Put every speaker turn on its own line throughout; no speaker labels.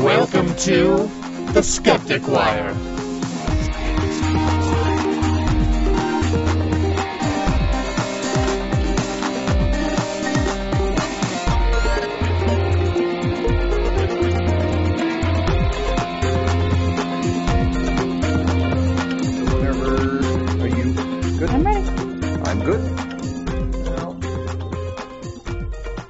Welcome to The Skeptic Wire.
Whatever. Are you good?
I'm ready.
I'm good.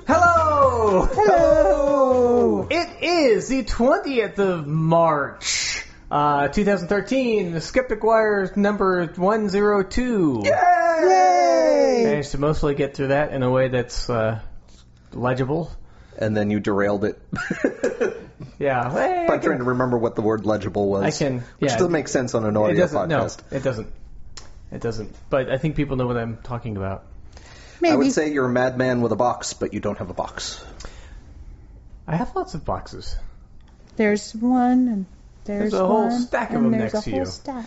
Hello!
Hello! It is the 20th of March, uh, 2013. The Skeptic Wire's number 102.
Yay!
Managed to mostly get through that in a way that's uh, legible.
And then you derailed it
Yeah. Hey,
by
I
trying
can-
to remember what the word legible was.
I can-
Which
yeah.
doesn't make sense on an
it
audio
doesn't. No,
podcast.
it doesn't. It doesn't. But I think people know what I'm talking about.
I would say you're a madman with a box, but you don't have a box.
I have lots of boxes.
There's one, and there's,
There's a whole
one,
stack of
and
them
there's
next
a
to
whole
you.
Stack.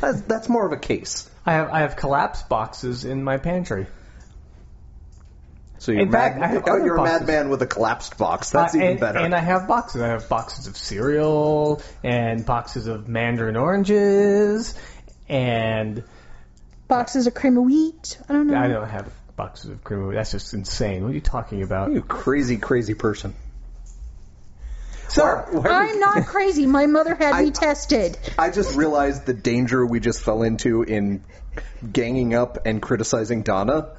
That's, that's more of a case.
I have I have collapsed boxes in my pantry.
So you're,
In fact, I
mad,
have
oh,
other
you're a
boxes.
madman with a collapsed box. That's
Uh,
even
and,
better.
And I have boxes. I have boxes of cereal and boxes of mandarin oranges, and
Boxes of cream of wheat. I don't know.
I don't have boxes of cream. of- That's just insane. What are you talking about?
you crazy, crazy person.
Sir,
Why- why are we-
I'm not crazy. My mother had
I-
me tested.
I just realized the danger we just fell into in ganging up and criticizing Donna.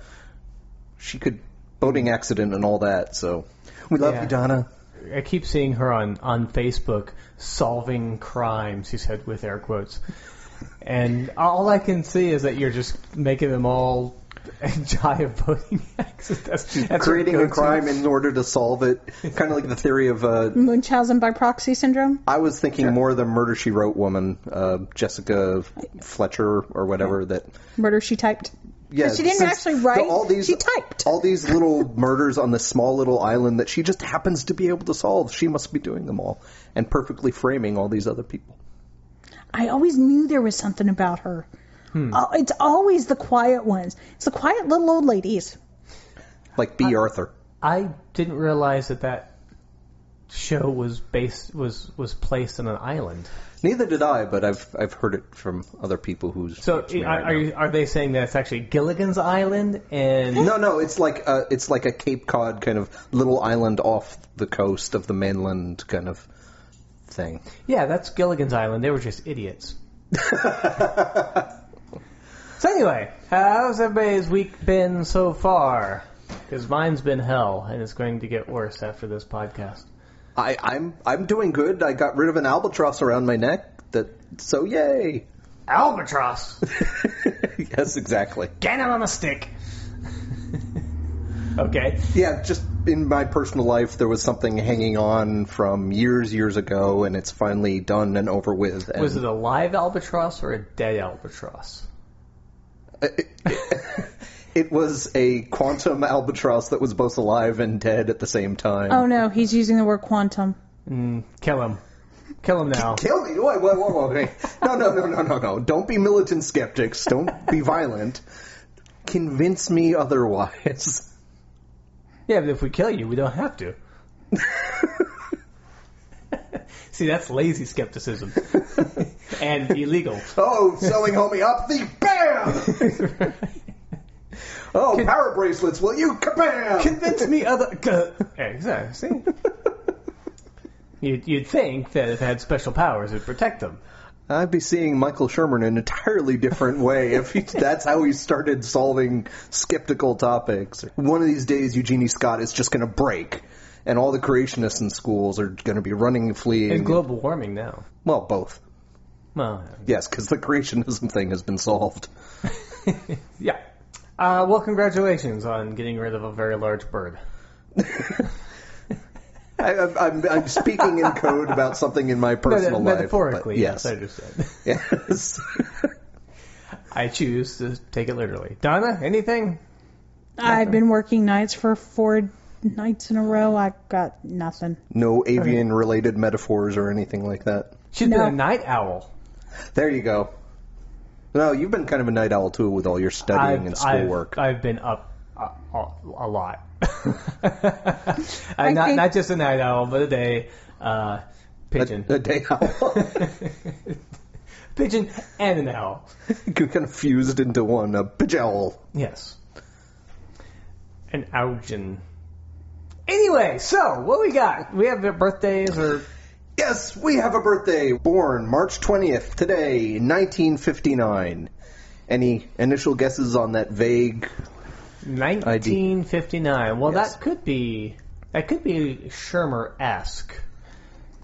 She could boating accident and all that, so we love
Yeah.
you, Donna.
I keep seeing her on on Facebook solving crimes. She said with air quotes, and all I can see is that you're just making them all die of boating accidents. That's, that's her
Creating a
go-to.
crime in order to solve it, kind of like the theory of. Uh,
Munchausen by proxy syndrome.
I was thinking more the Murder She Wrote woman, uh, Jessica Fletcher or whatever. That
Murder she typed.
yeah,
She didn't
since
actually
the-
write.
all these
she typed.
all these little murders on the small little island that she just happens to be able to solve. She must be doing them all and perfectly framing all these other people.
I always knew there was something about her. Oh, it's always the quiet ones. It's the quiet little old ladies.
like
Uh,
B. Arthur.
I didn't realize that that show was based was was placed on an island.
Neither did I, but I've I've heard it from other people who's
So
it's me
are,
right
are, you, are they saying that it's actually Gilligan's Island
now.
and
No, no, it's like a, it's like a Cape Cod kind of little island off the coast of the mainland kind of thing.
yeah, that's Gilligan's Island. They were just idiots. so anyway, how's everybody's week been so far? Because mine's been hell, and it's going to get worse after this podcast.
I, I'm I'm doing good. I got rid of an albatross around my neck. That so yay.
Albatross,
yes, exactly.
get him on a stick. okay.
Yeah, just in my personal life, there was something hanging on from years, years ago, and it's finally done and over with. And
Was it a live albatross or a dead albatross?
It was a quantum albatross that was both alive and dead at the same time.
Oh no, he's using the word quantum.
Kill him. Kill him now.
Kill me? Whoa, whoa, whoa, whoa. hey. No, no, no, no, no, no. Don't be militant skeptics. Don't be violent. Convince me otherwise.
Yeah, but if we kill you, we don't have to. See, that's lazy skepticism and illegal.
Oh, selling homeopathy? Bam! Oh, power bracelets, will you? Kabam!
Convince me other. exactly. See? You'd, you'd think that if it had special powers, it'd protect them.
I'd be seeing Michael Shermer in an entirely different way if he, that's how he started solving skeptical topics. One of these days, Eugenie Scott is just going to break, and all the creationists in schools are going to be running and fleeing.
And global warming now.
well, both.
Well,
Yes, because the creationism thing has been solved.
yeah. Uh, well, congratulations on getting rid of a very large bird.
I, I'm, I'm, I'm speaking in code about something in my personal life.
metaphorically,
but yes.
yes, I understand.
Yes.
I choose to take it literally. Donna, anything?
I've been working nights for four nights in a row. I got nothing.
no avian related metaphors or anything like that.
She's
No.
been a night owl.
There you go. No, you've been kind of a night owl too with all your studying and schoolwork.
I've, I've been up a, a, a lot. I'm
I
not
think-
not just a night owl, but a day. Uh, pigeon.
A day owl.
pigeon and an owl.
You're kind of fused into one. A pigeon.
Yes. An augen. Anyway, so what we got? We have birthdays or
Yes, we have a birthday. Born March 20th, today, 1959. Any initial guesses on that vague?
1959. Well,
Yes.
that could be that could be Shermer-esque,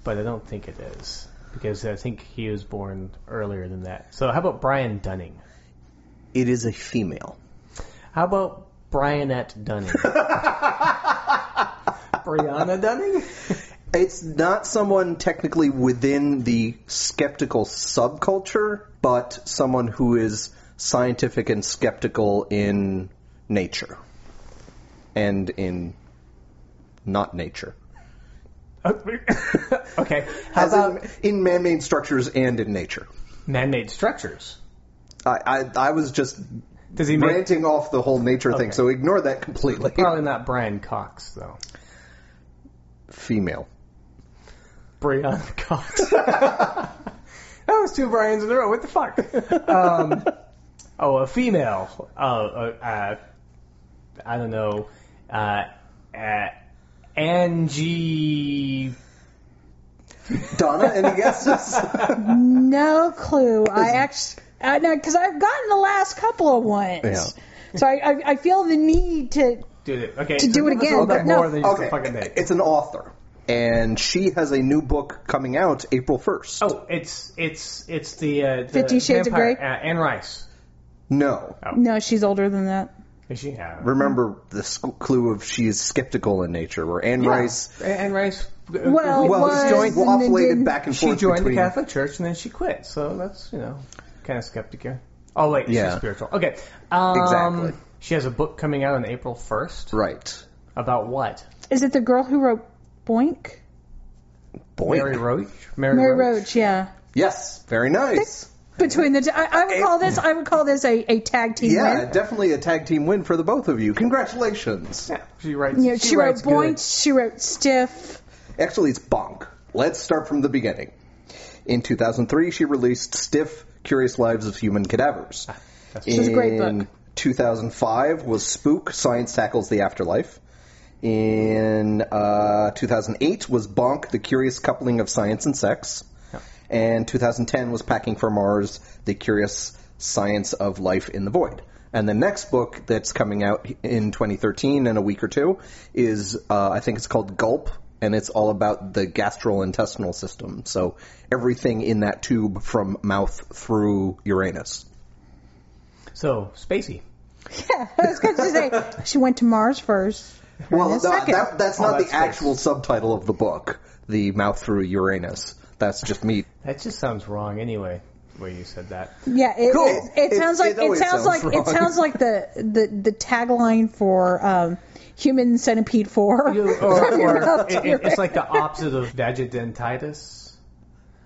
but I don't think it is because I think he was born earlier than that. So how about Brian Dunning?
It is a female.
How about Brianette Dunning? Brianna Dunning?
It's not someone technically within the skeptical subculture, but someone who is scientific and skeptical in nature. And in not nature.
okay. How
As
about
in, in man-made structures and in nature.
man-made structures?
I, I, I was just
Does he make?
ranting off the whole nature
Okay.
thing, so ignore that completely.
Probably not Brian Cox though.
Female.
Brianna Cox. that was two Brian's in a row. What the fuck? Um, oh, a female. Uh, uh, uh, I don't know. Uh, uh, Angie.
Donna, any guesses?
No clue. I actually, uh, no, because I've gotten the last couple of ones. So I, I, I feel the need to.
Did it. Okay.
To do it
give us a
again,
little
but
bit
no.
more than just a fucking
okay,
name.
it's an author, and she has a new book coming out April first.
Oh, it's it's it's the, uh, the
Fifty Shades of
vampire,
Grey?
Uh, Anne Rice.
No,
No, she's older than that.
Is she? Yeah.
remember
Hmm.
the s- clue of she is skeptical in nature, where Anne Rice.
A- Anne Rice. uh,
Well,
who
Well,
was
she joined,
and then
wafflated
didn't.
back and
she
forth
joined
between.
the Catholic Church and then she quit. So that's you know kind of skeptic here. Oh wait, she's
Yeah.
spiritual. Okay, um,
Exactly.
She has a book coming out on April first
Right.
about what?
Is it the girl who wrote Boink?
Boy.
Mary Roach. Mary,
Mary
Roach.
Roach, yeah.
Yes. Very nice.
Between the, t- I, I would call this, I would call this a, a tag team
Yeah,
win.
definitely a tag team win for the both of you. Congratulations.
Yeah, she writes.
You know, she, wrote
writes good.
Boink, she wrote Stiff.
Actually, it's Bonk. Let's start from the beginning. In 2003, she released Stiff Curious Lives of Human Cadavers.
It was a great
In
book.
2005 was Spook Science Tackles the Afterlife. In uh, 2008 was Bonk The Curious Coupling of Science and Sex. And 2010 was Packing for Mars The Curious Science of Life in the Void. And the next book that's coming out in 2013 in a week or two is, uh, I think it's called Gulp, and it's all about the gastrointestinal system. So everything in that tube from mouth through Uranus.
So Spacey.
Yeah, I was going to say she went to Mars first.
Well,
Uranus
no,
second.
that, that's
Oh,
not
that's
the actual subtitle of the book, The Mouth Through Uranus. That's just me.
That just sounds wrong anyway. The way you said that.
Yeah, it,
Cool.
it, it
It-
sounds
it
like it,
always
sounds,
sounds
like it
wrong.
sounds like the the, the tagline for um, Human Centipede Four.
You- or, or
Mouth
it,
to
it, it's like the opposite of vagidentitis.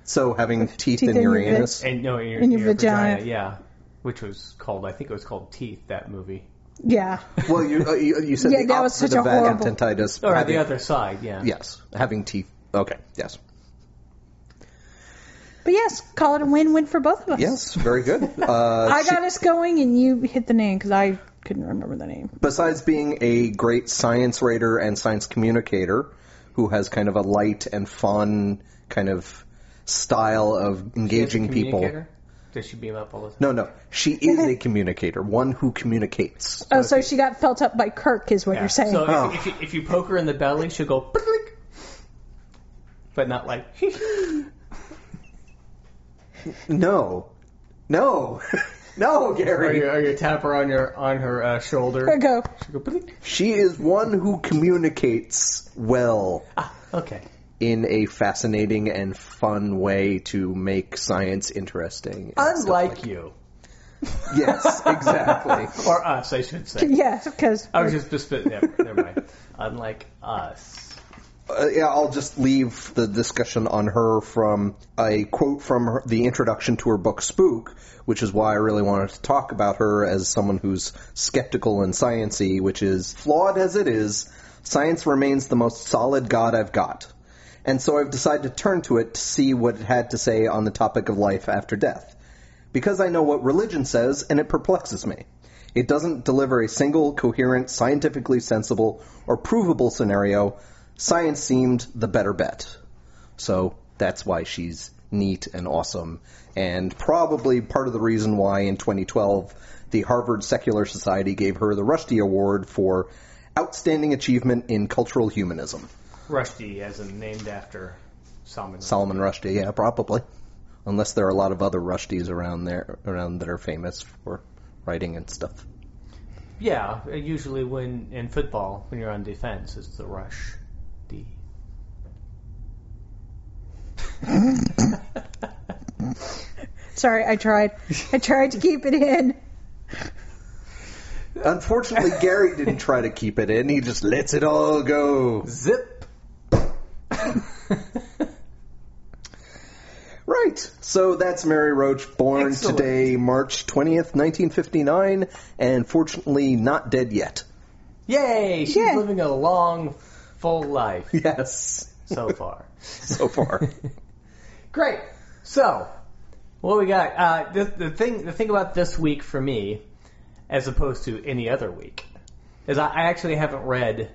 So having teeth,
Teeth
in
in your
Uranus.
And no, your,
In your vagina.
Yeah, which was called. I think it was called teeth. That movie.
Yeah,
Well, you, uh, you, you said
Yeah,
the
that was
opposite
such
of
a horrible-
vagintentitis.
Or
having-
the other side. Yeah.
Yes, having teeth. Okay, yes.
but yes, call it a win-win for both of us.
Yes, very good. Uh,
I
she-
got us going, and you hit the name because I couldn't remember the name.
besides being a great science writer and science communicator who has kind of a light and fun kind of style of engaging people.
Communicator? Does she beam up all the time?
No, no. She is a communicator, one who communicates.
Oh, so she got felt up by Kirk, is what
Yeah.
you're saying?
So if,
Oh.
if, you, if you poke her in the belly, she'll go, "Blink." but not like.
No. No. no,
or, you,
Gary.
or you tap her on your on her uh, shoulder.
Or go.
She'll go, "Blink."
She is one who communicates well
Ah. Okay.
in a fascinating and fun way to make science interesting. and stuff
Unlike you
like- Yes, exactly.
or us, I should say.
Yeah, because
I was just just never, never mind. Unlike us.
Uh, yeah, I'll just leave the discussion on her from a quote from her, the introduction to her book Spook, which is why I really wanted to talk about her as someone who's skeptical and sciency, which is flawed as it is, science remains the most solid god I've got. And so I've decided to turn to it to see what it had to say on the topic of life after death. Because I know what religion says, and it perplexes me. It doesn't deliver a single coherent, scientifically sensible, or provable scenario. Science seemed the better bet. So that's why she's neat and awesome, and probably part of the reason why in 2012 the Harvard Secular Society gave her the Rushdie Award for Outstanding Achievement in Cultural Humanism.
Rushdie, as in named after Salman.
Solomon Rushdie, yeah, probably. Unless there are a lot of other Rushdies around there around that are famous for writing and stuff.
Yeah, uh, usually when in football, when you're on defense, it's the rush. D.
Sorry, I tried. I tried to keep it in.
Unfortunately, Gary didn't try to keep it in. He just lets it all go.
Zip.
Right. So that's Mary Roach, born
Excellent.
today, March 20th, 1959, and fortunately not dead yet.
Yay! She's
Yeah.
living a long, full life
Yes.
so far.
So far.
Great. So, what we got? Uh, the, the thing, the thing about this week for me, as opposed to any other week, is I, I actually haven't read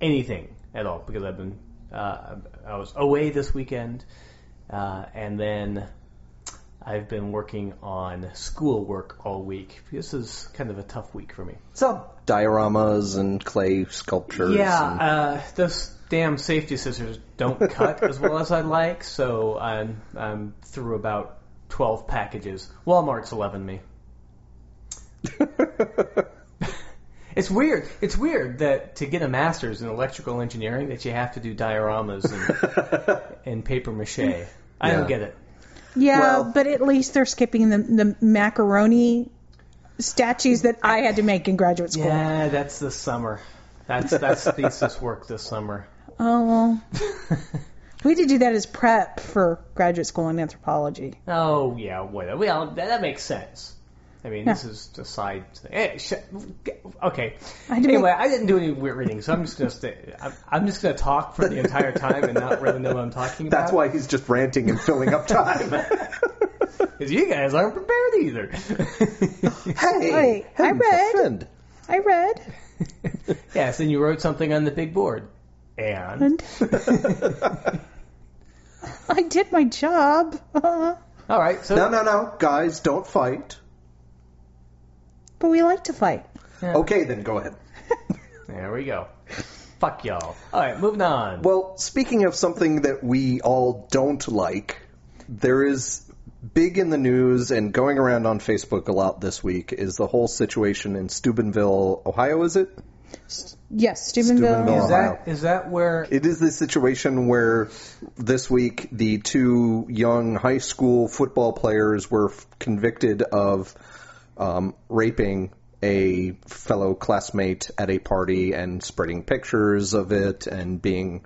anything at all because I've been, uh, I was away this weekend, uh, and then I've been working on schoolwork all week. This is kind of a tough week for me.
so dioramas and clay sculptures.
Yeah,
and-
uh, those damn safety scissors don't cut as well as I'd like, so I'm I'm through about twelve packages. Walmart's eleven me. It's weird. It's weird that to get a master's in electrical engineering that you have to do dioramas and, and paper mache. I
Yeah.
don't get it.
Yeah,
Well-
but at least they're skipping the the macaroni statues that I had to make in graduate school.
Yeah, that's this summer. That's that's thesis work this summer.
Oh well. we did do that as prep for graduate school in anthropology.
Oh yeah, what? Well, that, that makes sense. I mean, this is a side thing. Eh, sh- okay.
I had to
anyway,
make-
I didn't do any weird reading, so I'm just gonna stay. I'm, I'm just gonna talk for the entire time and not really know what I'm talking about.
That's why he's just ranting and filling up time.
because you guys aren't prepared either.
hey,
Wait, I
heaven's a
read.
friend.
I read.
yes, and you wrote something on the big board, and
And I did my job. Uh,
all right, so
No, no, no, guys, don't fight.
but we like to fight.
Okay, then go ahead.
there we go. Fuck y'all. All right, moving on.
Well, speaking of something that we all don't like, there is big in the news and going around on Facebook a lot this week is the whole situation in Steubenville, Ohio, is it?
Yes, Steubenville.
Steubenville.
is that is that where?
It is the situation where this week the two young high school football players were f- convicted of um, raping a fellow classmate at a party and spreading pictures of it and being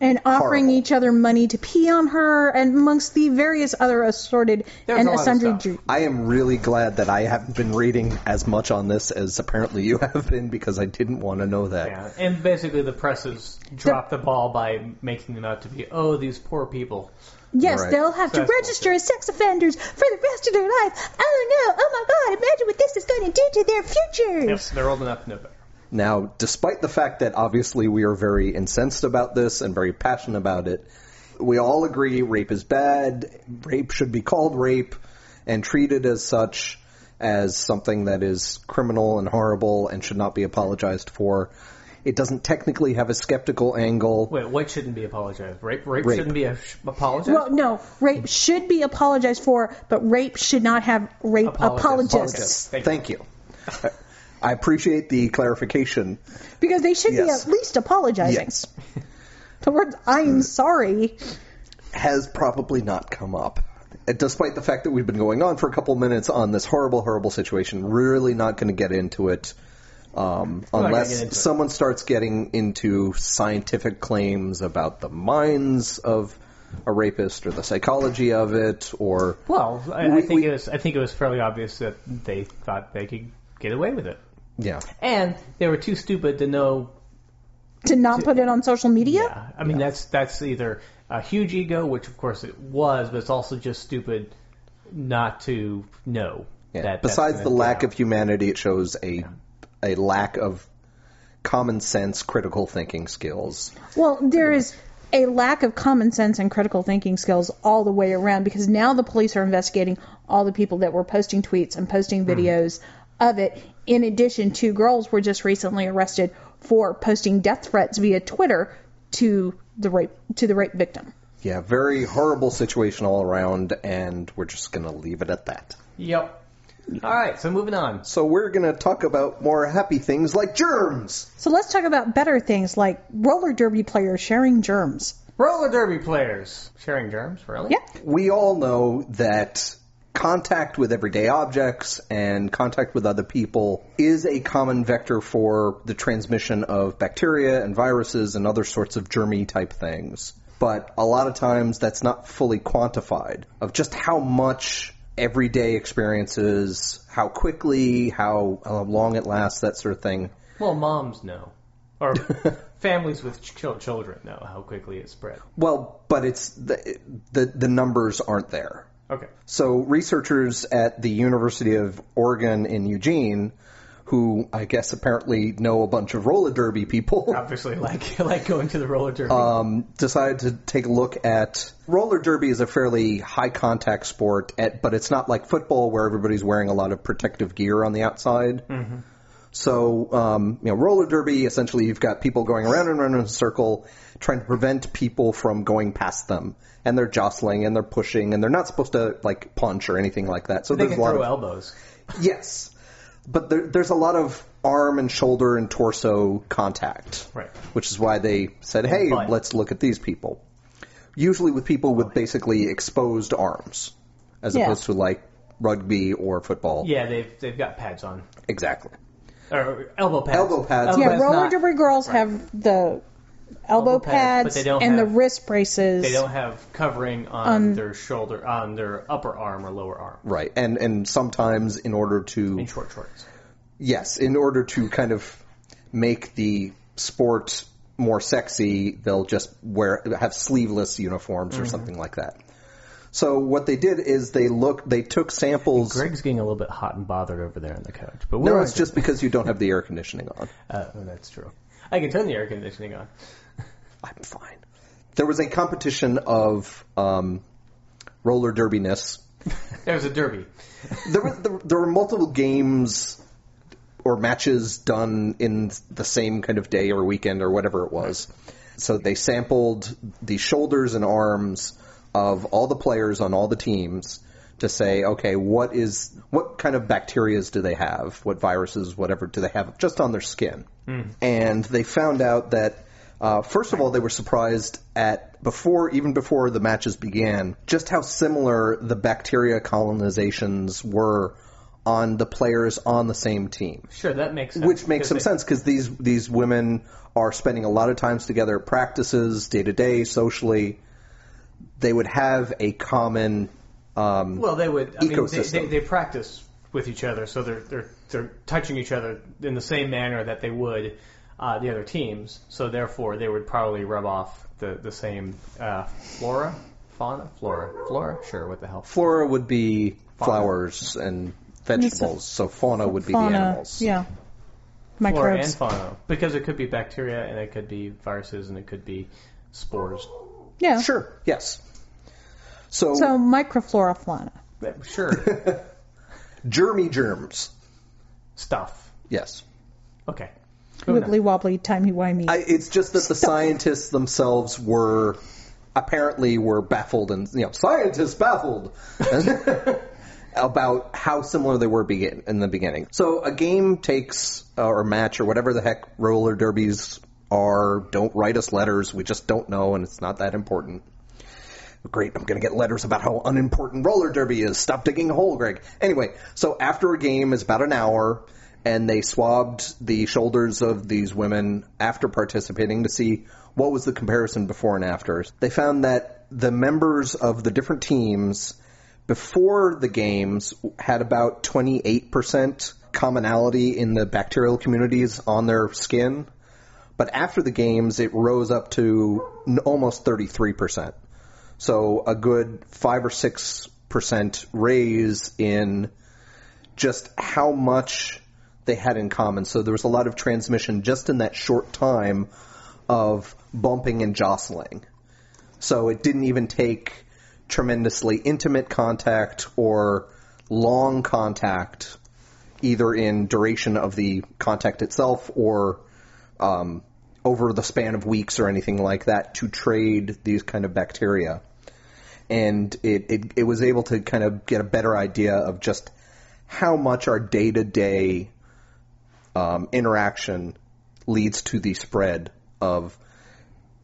And offering
Horrible.
each other money to pee on her, and amongst the various other assorted
There's
and
a lot of
sundry.
stuff.
ju-
I am really glad that I haven't been reading as much on this as apparently you have been because I didn't want to know that.
Yeah, and basically the presses drop the ball by making them out to be, oh, these poor people.
Yes,
Right.
they'll have to
That's
register as sex offenders for the rest of their life. Oh no! Oh my God! Imagine what this is going to do to their
Yep,
futures.
they're old enough to know better.
Now, despite the fact that obviously we are very incensed about this and very passionate about it, we all agree rape is bad, rape should be called rape and treated as such as something that is criminal and horrible and should not be apologized for. It doesn't technically have a skeptical angle.
Wait, what shouldn't be apologized? Rape, rape,
Rape.
shouldn't be a sh- apologized.
Well, no, rape should be apologized for, but rape should not have rape
Apologists.
apologists
Thank you.
Thank you. I appreciate the clarification.
because they should
Yes.
be at least apologizing. The words
Hmm.
"I'm sorry"
has probably not come up. And Despite the fact that we've been going on for a couple minutes on this horrible, horrible situation, really not going to get into it um,
gonna
unless
get into it.
someone starts getting into scientific claims about the minds of a rapist or the psychology of it or
Well, I, I
We-
think
we-
it was. I think it was fairly obvious that they thought they could get away with it,
yeah
and they were too stupid to know
to not put it on social media.
Yeah, I mean that's that's either a huge ego, which of course it was, but it's also just stupid not to know.
Yeah.
That
Besides
that's
the
gonna
lack
go
of humanity, it shows a a lack of common sense, critical thinking skills.
Well, there is a lack of common sense and critical thinking skills all the way around because now the police are investigating all the people that were posting tweets and posting videos of it. In addition, two girls were just recently arrested for posting death threats via Twitter to the rape to the rape victim.
Yeah, very horrible situation all around, and we're just gonna leave it at that.
out. Yep. All right, so moving on.
So we're gonna talk about more happy things like germs.
So let's talk about better things like roller derby players sharing germs.
Roller derby players sharing germs, really?
Yeah.
We all know that contact with everyday objects and contact with other people is a common vector for the transmission of bacteria and viruses and other sorts of germy type things. But a lot of times that's not fully quantified of just how much everyday experiences, how quickly, how uh, long it lasts, that sort of thing.
Well, moms know, or families with ch- chil- children know how quickly it spread.
Well, but it's the the, the numbers aren't there.
Okay.
So researchers at the University of Oregon in Eugene, who I guess apparently know a bunch of roller derby people,
Obviously, like like going to the roller derby.
um, decided to take a look at roller derby is a fairly high contact sport, at, but it's not like football where everybody's wearing a lot of protective gear on the outside.
Mm-hmm.
So, um, you know, roller derby essentially you've got people going around and around in a circle, trying to prevent people from going past them, and they're jostling and they're pushing and they're not supposed to like punch or anything like that. So
they
there's
can
a lot
throw
of
elbows.
Yes, but there, there's a lot of arm and shoulder and torso contact,
Right.
Which is why they said, "Hey,
butt.
let's look at these people." Usually with people with basically exposed arms, as
Yeah.
opposed to like rugby or football.
Yeah, they've they've got pads on
Exactly.
or elbow pads.
Elbow pads.
Elbow
Yeah,
pads
roller
not-
derby girls have the elbow,
Elbow pads, but
pads,
they don't
and
have-
the wrist braces.
They don't have covering on their shoulder, on their upper arm or lower arm.
Right, and and sometimes in order to
In short shorts.
yes, in order to kind of make the sport more sexy, they'll just wear have sleeveless uniforms or something like that. So what they did is they look they took samples.
Greg's getting a little bit hot and bothered over there on the couch, but we're
No,
on
it's
to-
just because you don't have the air conditioning on.
Uh, oh, that's true. I can turn the air conditioning on.
I'm fine. There was a competition of um, roller derbiness.
There's a derby.
There were there, there were multiple games or matches done in the same kind of day or weekend or whatever it was. So they sampled the shoulders and arms of all the players on all the teams to say, okay, what is what kind of bacterias do they have? What viruses, whatever, do they have just on their skin? And they found out that uh, first of all, they were surprised at before even before the matches began, just how similar the bacteria colonizations were on the players on the same team
Sure, that makes sense.
which makes some
Because they-
sense because these these women are spending a lot of times together at practices day to day socially they would have a common um,
Well, they would. I mean, they,
Ecosystem.
they, they practice with each other, so they're they're they're touching each other in the same manner that they would uh, the other teams. So therefore, they would probably rub off the the same uh, flora, fauna, flora, flora. Sure, what the hell?
flora would be flowers and vegetables so fauna would be
fauna,
the animals
yeah,
Flora and
microbes.
fauna, because it could be bacteria and it could be viruses and it could be spores.
yeah,
sure yes
So microflora fauna.
But Sure,
germy germs
stuff.
yes
Okay. Moving on.
Wibbly wobbly, timey wimey.
I, it's just that the scientists themselves were apparently were baffled and you know scientists baffled about how similar they were begin, in the beginning. So a game takes uh, or match or whatever the heck roller derbies are. Don't write us letters. We just don't know, and it's not that important. Great, I'm going to get letters about how unimportant roller derby is. Stop digging a hole, Greg. Anyway, so after a game is about an hour, and they swabbed the shoulders of these women after participating to see what was the comparison before and after. They found that the members of the different teams before the games had about 28% commonality in the bacterial communities on their skin But after the games, it rose up to n- almost 33%. So a good 5 or 6% raise in just how much they had in common. So there was a lot of transmission just in that short time of bumping and jostling. So it didn't even take tremendously intimate contact or long contact, either in duration of the contact itself or um, over the span of weeks or anything like that, to trade these kind of bacteria. And it, it, it was able to kind of get a better idea of just how much our day to day interaction leads to the spread of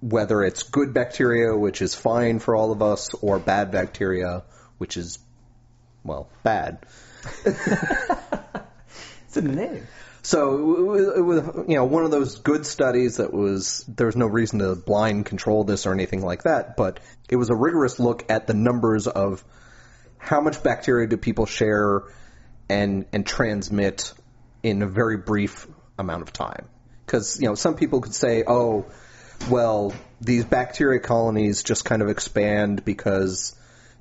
whether it's good bacteria, which is fine for all of us, or bad bacteria, which is, well, bad.
It's in the name.
So it was, it was, you know, one of those good studies that was, there was no reason to blind control this or anything like that, but it was a rigorous look at the numbers of how much bacteria do people share and, and transmit in a very brief amount of time. Cause, you know, some people could say, oh, well, these bacteria colonies just kind of expand because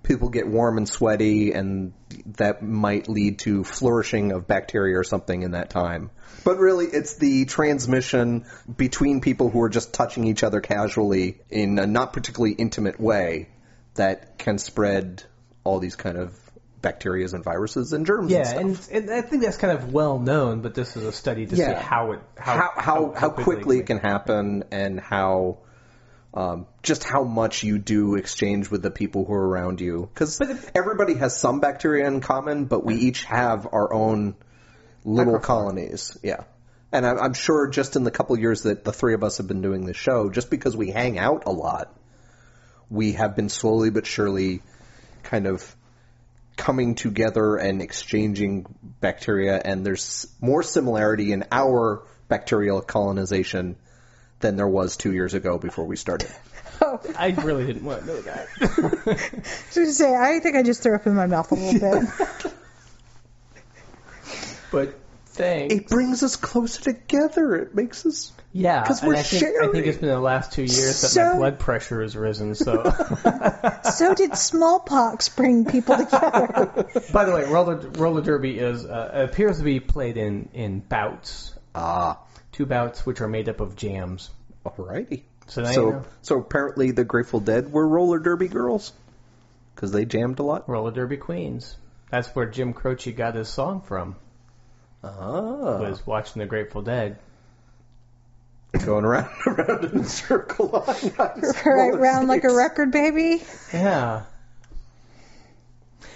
people get warm and sweaty and that might lead to flourishing of bacteria or something in that time. But really it's the transmission between people who are just touching each other casually in a not particularly intimate way that can spread all these kind of bacteria and viruses and germs and
Yeah,
stuff.
and, and I think that's kind of well known, but this is a study to
Yeah.
see how it how
how how, how quickly it can happen and how um, just how much you do exchange with the people who are around you because everybody has some bacteria in common, but we each have our own little colonies. Yeah. And I- I'm sure just in the couple years that the three of us have been doing this show, just because we hang out a lot, we have been slowly but surely kind of coming together and exchanging bacteria, and there's more similarity in our bacterial colonization than there was two years ago before we started.
I really didn't want to know that.
Just to say, I think I just threw up in my mouth a little bit.
But thanks.
It brings us closer together. It makes us.
yeah,
'cause
and
we're
I think, I think it's
sharing.
been the last two years that
So-
my blood pressure has risen. So,
so did smallpox bring people together?
by the way, roller, roller derby is uh, appears to be played in in bouts,
Ah,
two bouts which are made up of jams.
alrighty.
So now you
So,
know.
so apparently the Grateful Dead were roller derby girls because they jammed a lot.
Roller derby queens. That's where Jim Croce got his song from.
Ah,
Was watching the Grateful Dead.
going around and around in a circle. on ice
right
roller
round like a
skates.
record baby?
Yeah.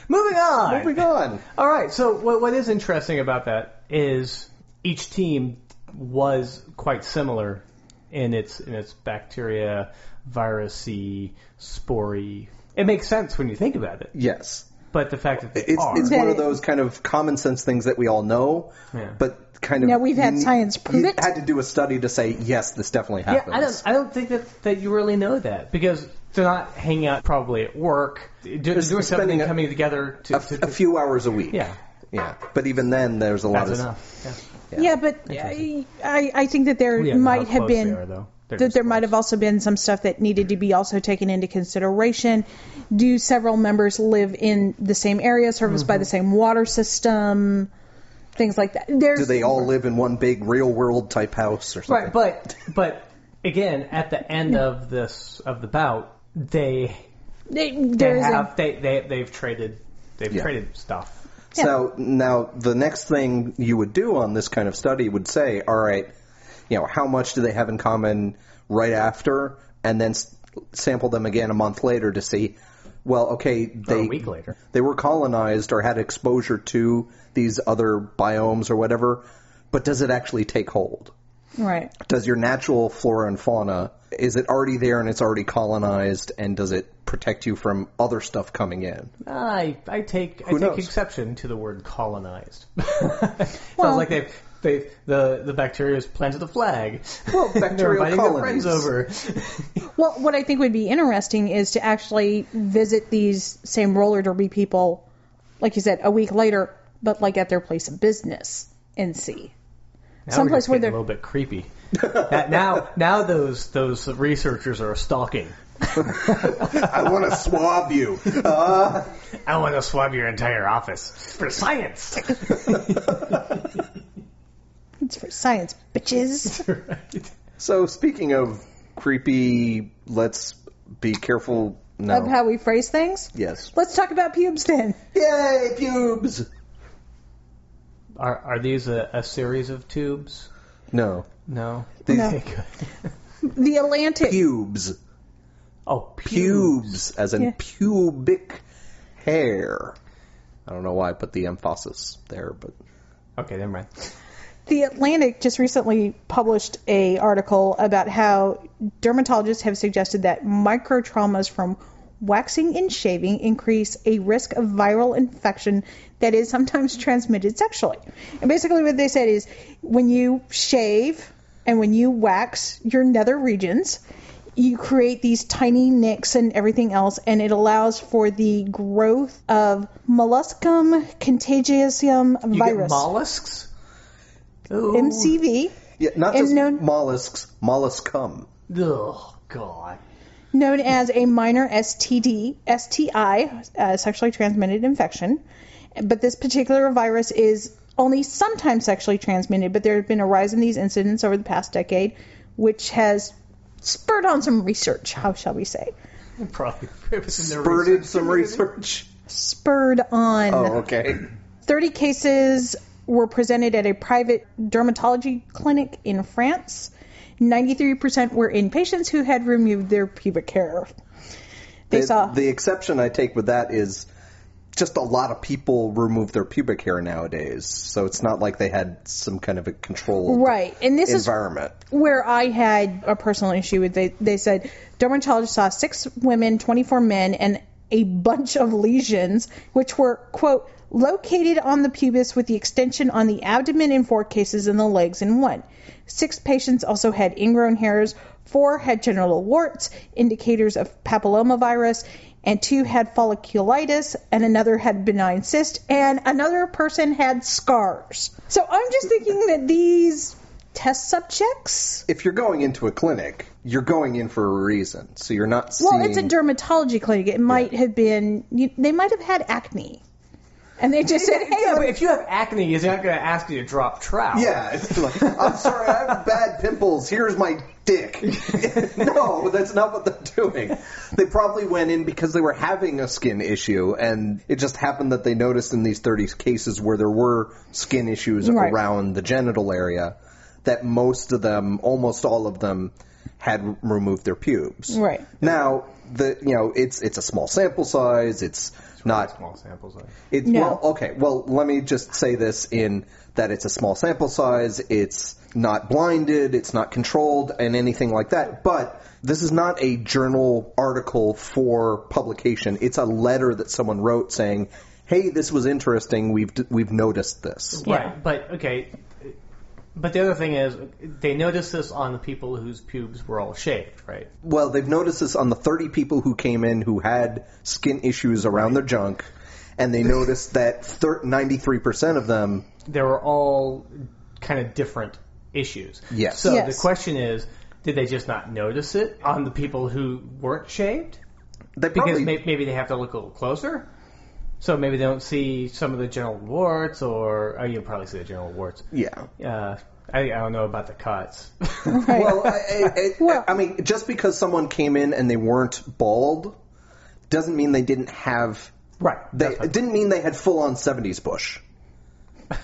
Moving on.
Moving on.
All right. So what, what is interesting about that is each team was quite similar in its in its bacteria, virusy, spory. It makes sense when you think about it.
Yes.
But the fact that they
It's,
are
it's one of
That-
those kind of common sense things that we all know,
Yeah.
but kind of.
Now, we've had
you-
science prove
you
it.
had to do a study to say yes, this definitely
Yeah,
happens.
I don't. I don't think that, that you really know that because they're not hanging out probably at work, do, doing something,
spending
and
a-
coming together to.
a,
to,
f- a few hours a week.
yeah,
yeah. But even then, there's a lot
that's
of
enough. Yeah.
Yeah, but I, I I think that there
We don't know
might
how
have
close
been.
they are, though. They're
that
just
there
close.
might have also been some stuff that needed to be also taken into consideration. Do several members live in the same area, serviced by the same water system, things like that? There's
Do they all live in one big real world type house or something?
Right, but but again, at the end of this of the bout, they
they,
they
there is
have
a,
they, they they've traded they've
Yeah.
traded stuff.
So now the next thing you would do on this kind of study would say, all right, you know, how much do they have in common right after, and then s- sample them again a month later to see, well, okay, they
a week later.
they were colonized or had exposure to these other biomes or whatever, but does it actually take hold?
right.
does your natural flora and fauna is it already there and it's already colonized and does it protect you from other stuff coming in
I I take I
Who
take
knows?
exception to the word colonized. Sounds like they've. They've, the the bacteria's planted a flag. Well, They're
bacterial
inviting their friends
colonies.
over.
Well, what I think would be interesting is to actually visit these same roller derby people, like you said, a week later, but like at their place of business and see.
Now
Someplace
we're just getting
where they're-
a little bit creepy. That- now, now those those researchers are stalking.
I want to swab you. Uh,
I want to swab your entire office for science.
It's for science, bitches.
right.
so speaking of creepy, let's be careful. No.
Of how we phrase things.
yes.
Let's talk about pubes then.
Yay, pubes.
Are are these a, a series of tubes?
No,
No.
These-
No. The Atlantic.
pubes.
Oh, pubes.
Pubes, as in
Yeah.
pubic hair. I don't know why I put the emphasis there, but
Okay, never mind.
The Atlantic just recently published a article about how dermatologists have suggested that microtraumas from waxing and shaving increase a risk of viral infection that is sometimes transmitted sexually. And basically what they said is when you shave and when you wax your nether regions, you create these tiny nicks and everything else, and it allows for the growth of molluscum contagiosum
You get
virus.
mollusks. Ooh.
MCV.
yeah, not
And
just
no-
mollusks, molluscum.
Oh God.
known as a minor STD, STI, uh, sexually transmitted infection. But this particular virus is only sometimes sexually transmitted, but there has been a rise in these incidents over the past decade, which has spurred on some research, how shall we say?
Probably. it was in their
Spurted
research.
some research.
Spurred on.
Oh, okay.
30 cases were presented at a private dermatology clinic in France. 93% were in patients who had removed their pubic hair. They
the,
saw
the exception I take with that is just a lot of people remove their pubic hair nowadays, so it's not like they had some kind of a controlled
Right, and this is
environment.
where I had a personal issue with they they said dermatologists saw six women, 24 men, and a bunch of lesions which were quote located on the pubis with the extension on the abdomen in four cases and the legs in one. Six patients also had ingrown hairs. Four had genital warts, indicators of papillomavirus, and two had folliculitis, and another had benign cyst, and another person had scars. So I'm just thinking that these test subjects.
If you're going into a clinic, you're going in for a reason, so you're not
Well,
seeing.
it's a dermatology clinic. It might have been you, they might have had acne, and they just said, "Hey, um,
Yeah, but if you have acne, he's not going to ask you to drop trout.
yeah, it's like, I'm sorry, I have bad pimples. Here's my dick. no, that's not what they're doing. They probably went in because they were having a skin issue, and it just happened that they noticed in these 30 cases where there were skin issues
Right.
around the genital area that most of them, almost all of them, had removed their pubes.
Right.
Now, the you know, it's it's a small sample size. It's not
Small sample size.
it's
No.
well, okay. Well, let me just say this in that it's a small sample size, it's not blinded, it's not controlled, and anything like that. But this is not a journal article for publication. It's a letter that someone wrote saying, "Hey, this was interesting. We've we've noticed this."
Yeah.
Right, but okay. But the other thing is, they noticed this on the people whose pubes were all shaved, right?
Well, they've noticed this on the 30 people who came in who had skin issues around their junk, and they noticed that thir- 93% of them
They were all kind of different issues.
Yes.
So
Yes.
the question is, did they just not notice it on the people who weren't shaved?
they
Because
probably
may- maybe they have to look a little closer. So maybe they don't see some of the general warts, or oh, you'll probably see the general warts.
yeah.
Uh, I, I don't know about the cuts.
Right.
well, I, I, I,
Well-
I mean, just because someone came in and they weren't bald doesn't mean they didn't have.
right.
They,
that's
it
what-
didn't mean they had full on '70s bush,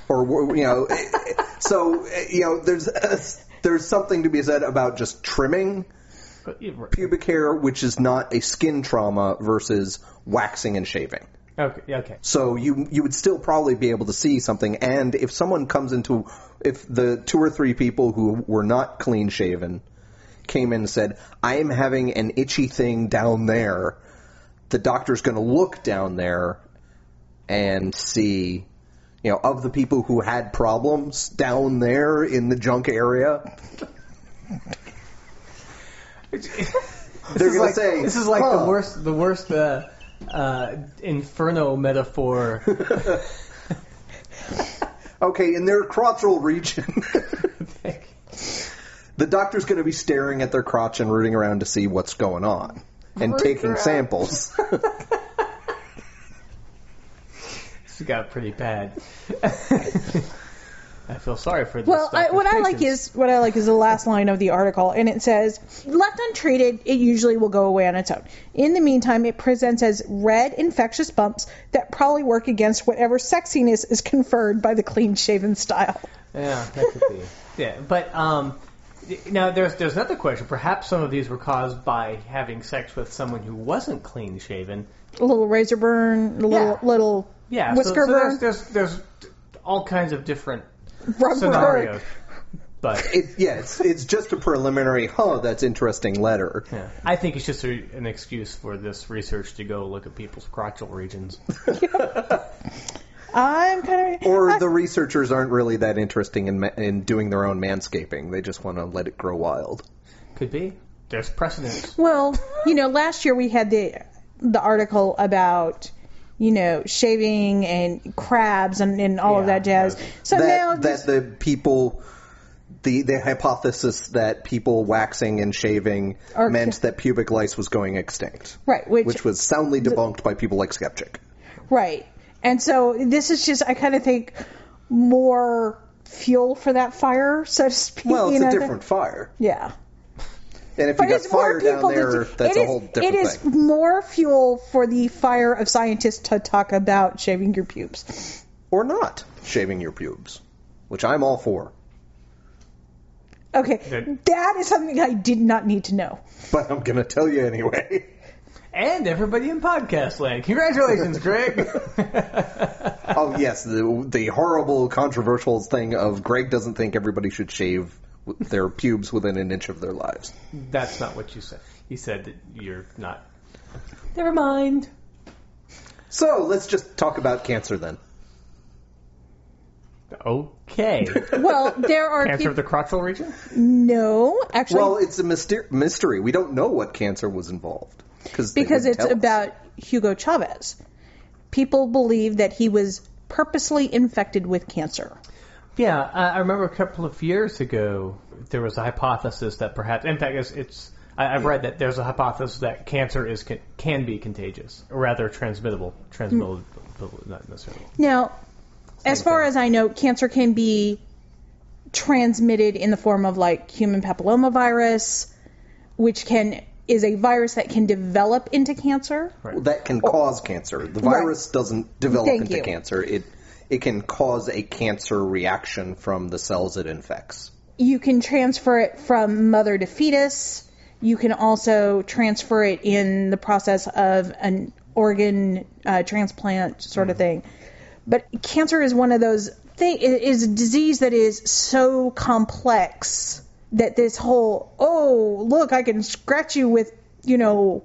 or were- you know. so you know, there's there's something to be said about just trimming pubic hair, which is not a skin trauma, versus waxing and shaving.
Okay. Okay.
So you you would still probably be able to see something. And if someone comes into if the two or three people who were not clean shaven came in and said, "I am having an itchy thing down there," the doctor's going to look down there and see. You know, of the people who had problems down there in the junk area, they're
This is
going to
like-
say
this is like
"Huh,
the worst, the worst uh, uh, inferno metaphor.
Okay, in their crotchal region. the doctor's going to be staring at their crotch and rooting around to see what's going on and taking samples.
This got pretty bad. I feel sorry for this.
Well, I,
doctor's
what I like
patients.
is what I like is the last line of the article, and it says, "Left untreated, it usually will go away on its own. In the meantime, it presents as red, infectious bumps that probably work against whatever sexiness is conferred by the clean-shaven style."
Yeah, that could be. yeah, but um, now there's there's another question. Perhaps some of these were caused by having sex with someone who wasn't clean shaven.
A little razor burn, a little
Yeah.
little
Yeah,
Whisker
so, so there's,
burn.
there's there's all kinds of different
rubber.
scenarios. But
it, yeah, it's, it's just a preliminary, huh, that's interesting letter.
yeah, I think it's just a, an excuse for this research to go look at people's crotchal regions.
I'm kind of
Or the researchers aren't really that interesting in, ma- in doing their own manscaping. They just want to let it grow wild.
Could be. There's precedence.
Well, you know, last year we had the the article about you know shaving and crabs and, and all of
Yeah,
that jazz.
yeah.
So now
that,
this-
that the people the the hypothesis that people waxing and shaving
Are-
meant that pubic lice was going extinct,
right, which,
which was soundly debunked by people like Skeptic.
right, and so this is just I kind of think more fuel for that fire, so to speak.
Well,
you
it's a
know, that-
different fire,
yeah.
and if you got
it's
fire
more
down
people to-
there, that's
it
a
is-
whole different
It is
thing.
more fuel for the fire of scientists to talk about shaving your pubes.
Or not shaving your pubes, which I'm all for,
Okay,
That-
that is something I did not need to know.
but I'm gonna tell you anyway.
And everybody in podcast land. Congratulations, Greg.
oh yes, the the horrible controversial thing of Greg doesn't think everybody should shave their pubes within an inch of their lives.
That's not what you said. You said that you're not. Never mind.
So let's just talk about cancer then.
Okay.
Well, there are
Answer
peop-
of the crotchal region?
No, actually,
Well, it's a myster- mystery. We don't know what cancer was involved they
because
wouldn't
it's
tell us.
about Hugo Chavez. People believe that he was purposely infected with cancer.
Yeah, I I remember a couple of years ago there was a hypothesis that perhaps, in fact, it's, it's I, I've read that there's a hypothesis that cancer is con- can be contagious, or rather transmittable, transmittable,
Hmm.
not necessarily.
Now, as far as I know, cancer can be transmitted in the form of like human papillomavirus, which can is a virus that can develop into cancer.
Well, that can cause cancer. The virus doesn't develop
Oh. Thank
into
you.
cancer. It it can cause a cancer reaction from the cells it infects.
You can transfer it from mother to fetus. You can also transfer it in the process of an organ uh, transplant sort of thing. But cancer is one of those thing it is a disease that is so complex that this whole oh look I can scratch you with you know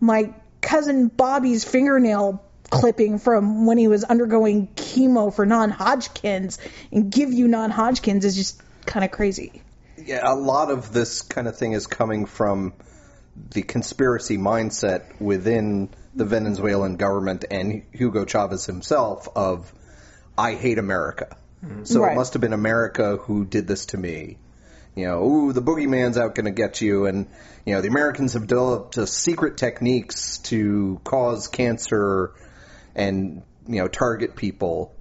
my cousin Bobby's fingernail clipping from when he was undergoing chemo for non-Hodgkin's and give you non-Hodgkin's is just kind of crazy.
Yeah, a lot of this kind of thing is coming from the conspiracy mindset within the Venezuelan government and Hugo Chavez himself of I hate America. So
Right.
it must have been America who did this to me. You know, ooh, the boogeyman's out going to get you, and you know the Americans have developed uh, secret techniques to cause cancer and you know target people.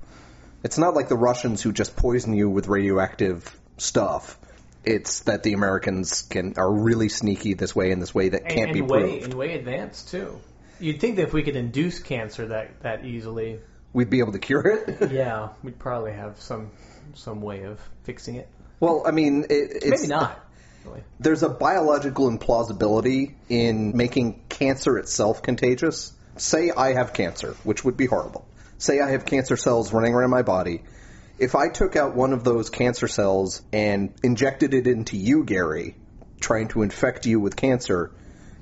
It's not like the Russians who just poison you with radioactive stuff. It's that the Americans can are really sneaky this way and this way that can't
and,
be
and way,
proved.
and way advanced too. You'd think that if we could induce cancer that that easily,
We'd be able to cure it.
yeah, we'd probably have some some way of fixing it.
well, I mean, it, it's
Maybe not. really.
there's a biological implausibility in making cancer itself contagious. Say I have cancer, which would be horrible. Say I have cancer cells running around my body. If I took out one of those cancer cells and injected it into you, Gary, trying to infect you with cancer,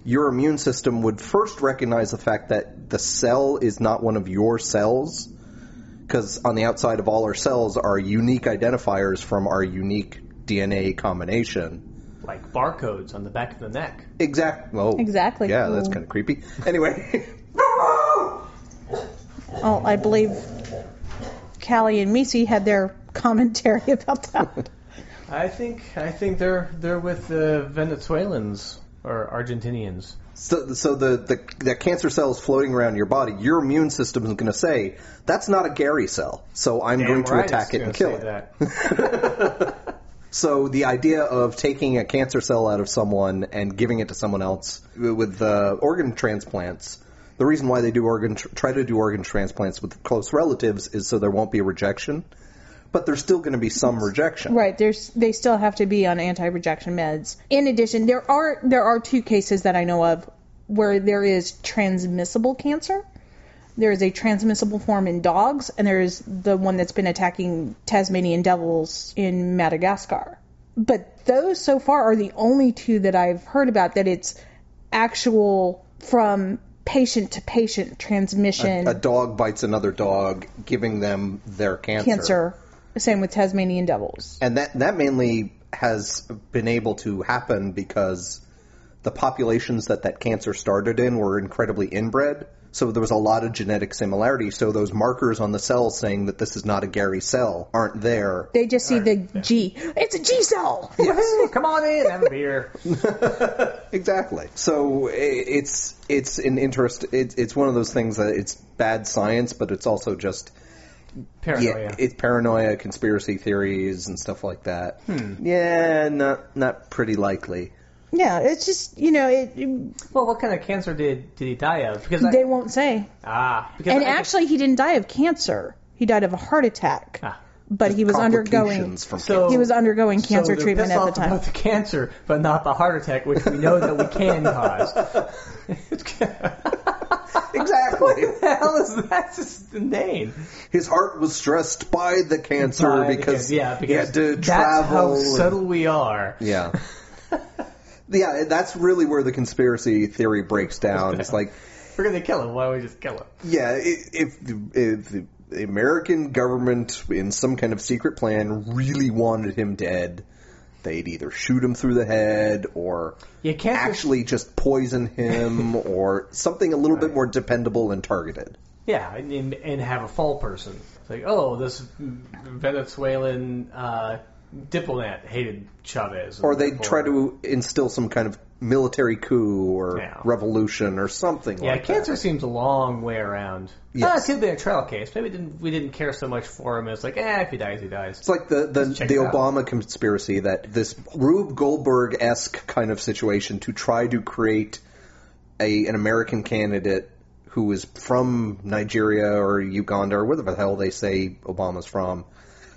your immune system would first recognize the fact that the cell is not one of your cells, because on the outside of all our cells are unique identifiers from our unique DNA combination.
Like barcodes on the back of the neck.
Exact. Oh,
Exactly.
Yeah, that's
Ooh.
kind of creepy. Anyway,
Oh, I believe Callie and Misi had their commentary about that.
I think I think they're they're with the Venezuelans or Argentinians.
So, so the, the that cancer cell is floating around your body. Your immune system is going to say that's not a Gary cell, so I'm going to
right,
attack it
it's
and kill
gonna
it.
say that.
So the idea of taking a cancer cell out of someone and giving it to someone else with uh, organ transplants. The reason why they do organ tr- try to do organ transplants with close relatives is so there won't be rejection, but there's still going to be some rejection.
Right, there's they still have to be on anti-rejection meds. In addition, there are there are two cases that I know of where there is transmissible cancer. There is a transmissible form in dogs, and there is the one that's been attacking Tasmanian devils in Madagascar. But those so far are the only two that I've heard about that it's actual from patient to patient transmission
A dog bites another dog, giving them their cancer.
cancer. Same with Tasmanian devils.
and that that mainly has been able to happen because the populations that that cancer started in were incredibly inbred. So there was a lot of genetic similarity. So those markers on the cell saying that this is not a Gary cell aren't there.
They just see the G. It's a G cell.
Woohoo, Come on in, have a beer.
Exactly. So i- it's it's an interest. It's it's one of those things that it's bad science, but it's also just yeah,
Paranoia.
it's paranoia, conspiracy theories, and stuff like that.
Hmm.
Yeah, not not pretty likely.
Yeah, it's just you know it.
well, what kind of cancer did did he die of? Because I,
They won't say.
ah, because
And
I,
actually, he didn't die of cancer. He died of a heart attack.
Ah.
But he was undergoing.
Complications from
so
He was undergoing cancer
so they're
treatment
pissed
at the
off
time.
About the cancer, but not the heart attack, which we know that we can cause.
exactly.
hell is that? Just insane.
His heart was stressed by the cancer
By-
because,
yeah,
he
because
had to
that's
travel.
how
and-
subtle we are.
yeah. yeah, that's really where the conspiracy theory breaks down. It's like,
We're gonna kill him. Why don't we just kill him?
yeah, i- if, the- if the American government in some kind of secret plan really wanted him dead, they'd either shoot him through the head or
You can't
actually just poison him or something a little bit more dependable and targeted.
Yeah, and, and have a fall person. It's like, oh, this Venezuelan uh, diplomat hated Chavez.
Or they try to instill some kind of military coup or
Yeah.
revolution or something
Yeah,
like
cancer
that.
seems a long way around.
Yes.
Ah, it could be a trial case. Maybe we didn't, we didn't care so much for him. It's like, eh, if he dies, he dies.
It's like the the,
check
the
it out.
Obama conspiracy that this Rube Goldberg esque kind of situation to try to create a an American candidate who is from Nigeria or Uganda or whatever the hell they say Obama's from.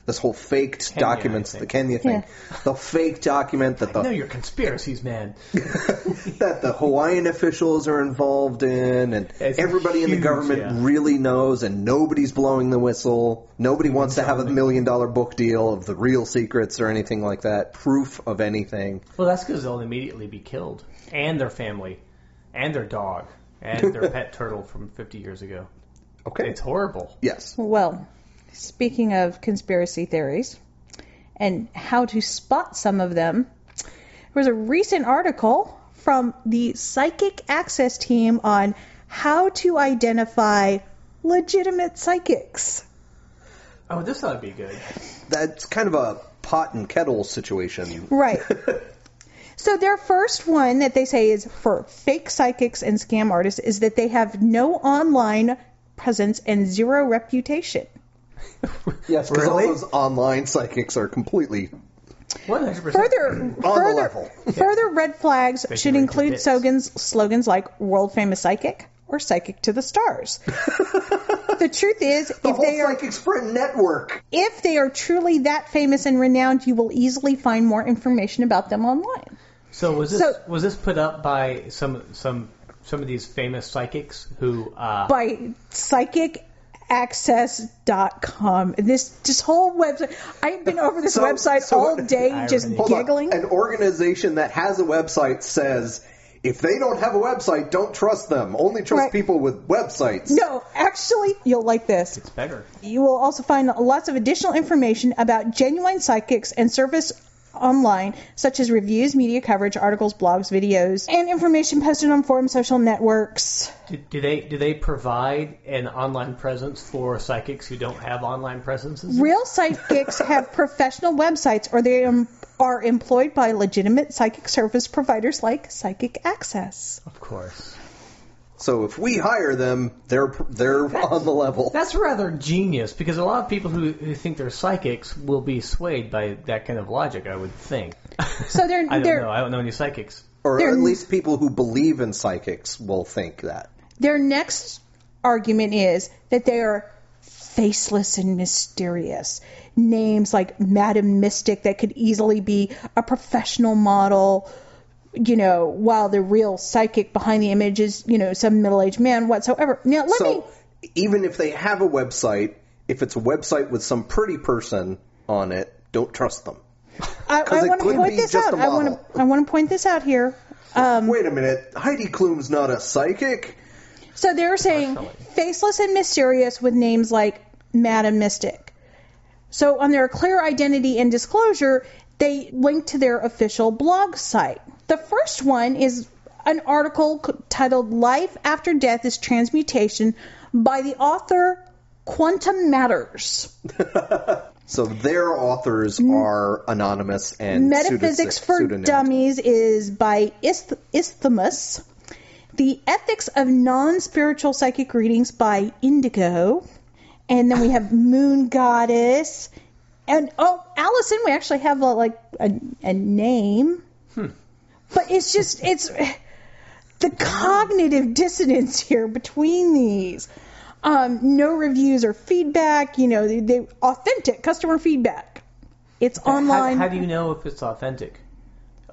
This whole faked
Kenya, I
documents, the
think.
Kenya thing, the fake document that the
No, you're conspiracies, man.
that the Hawaiian officials are involved in, and
It's
everybody in the
huge,
government
yeah.
really knows, and nobody's blowing the whistle. Nobody wants to have a million dollar book deal of the real secrets or anything like that. Proof of anything.
Well, that's because they'll immediately be killed, and their family, and their dog, and their pet turtle from 50 years ago.
Okay.
It's horrible.
Yes.
Well, speaking of conspiracy theories and how to spot some of them, there was a recent article from the Psychic Access team on how to identify legitimate psychics.
Oh, this ought to be good.
That's kind of a pot and kettle situation.
Right. so their first one that they say is for fake psychics and scam artists is that they have no online presence and zero reputation.
Yes, because
Really?
all those online psychics are completely
100%.
Further,
on
further,
the level.
further red flags should
read your
include
bits.
slogans, slogans like "world famous psychic" or "psychic to the stars." the truth is,
The
if
whole
they are
psychic sprint network.
if they are truly that famous and renowned, you will easily find more information about them online.
So was this
So-
was this put up by some some some of these famous psychics who uh,
by psychicaccess.com. And this this whole website, I've been over this
So-
website
so-
all day just
Irony.
Hold on.
giggling.
An organization that has a website says. If they don't have a website, don't trust them. Only trust
Right.
people with websites.
No, actually, you'll like this.
it's better.
You will also find lots of additional information about genuine psychics and service online, such as reviews, media coverage, articles, blogs, videos, and information posted on forums, social networks.
Do, do they do they provide an online presence for psychics who don't have online presences?
Real psychics have professional websites or they em- are employed by legitimate psychic service providers like Psychic Access.
Of course.
So if we hire them, they're they're on the level.
That's rather genius because a lot of people who, who think they're psychics will be swayed by that kind of logic, I would think.
So they're
I don't
they're
know. I don't know any psychics.
Or
They're-
at least people who believe in psychics will think that.
Their next argument is that they are faceless and mysterious. Names like Madam Mystic that could easily be a professional model, you know, while the real psychic behind the image is, you know, some middle aged man whatsoever. Now, let me.
So even if they have a website, if it's a website with some pretty person on it, don't trust them.
I, I
it
want to
could
point
be
this
just
out.
a
I want
model.
to. I want to point this out here.
Wait a minute, Heidi Klum's not a psychic.
So they're saying faceless and mysterious with names like Madam Mystic. So on their clear identity and disclosure, they link to their official blog site. The first one is an article c- titled Life After Death is Transmutation by the author Quantum Matters.
So their authors are anonymous and
Metaphysics
pseudosy-
for
pseudonyms.
Dummies is by Isth- Isthmus. The Ethics of Non-Spiritual Psychic Readings by Indigo. And then we have Moon Goddess. And, oh, Allison, we actually have, a, like, a, a name.
Hmm.
But it's just, it's the cognitive dissonance here between these. Um, no reviews or feedback, you know, they, they authentic customer feedback. It's online.
How, how do you know if it's authentic?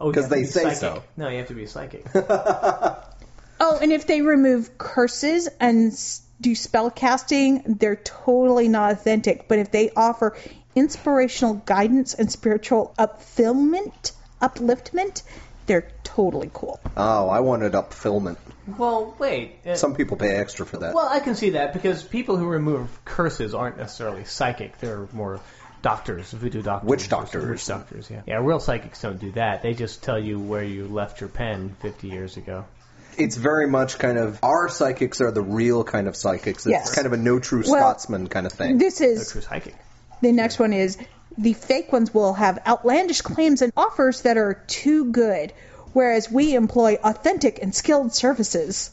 Oh, you
'Cause
have to
they
be
say
psychic.
so.
No, you have to be psychic.
Oh, and if they remove curses and s- do spell casting, they're totally not authentic. But if they offer inspirational guidance and spiritual upfillment, upliftment, they're totally cool.
Oh, I wanted up filament.
well, wait. uh,
Some people pay extra for that.
Well, I can see that because people who remove curses aren't necessarily psychic. They're more doctors, voodoo doctors,
Witch doctors.
witch doctors. Yeah, yeah. Real psychics don't do that. They just tell you where you left your pen 50 years ago.
it's very much kind of our psychics are the real kind of psychics. It's
Yes.
kind of a no true
Well,
Scotsman kind of thing.
This
A
is
true psychic.
the next one is the fake ones will have outlandish claims and offers that are too good, whereas we employ authentic and skilled services.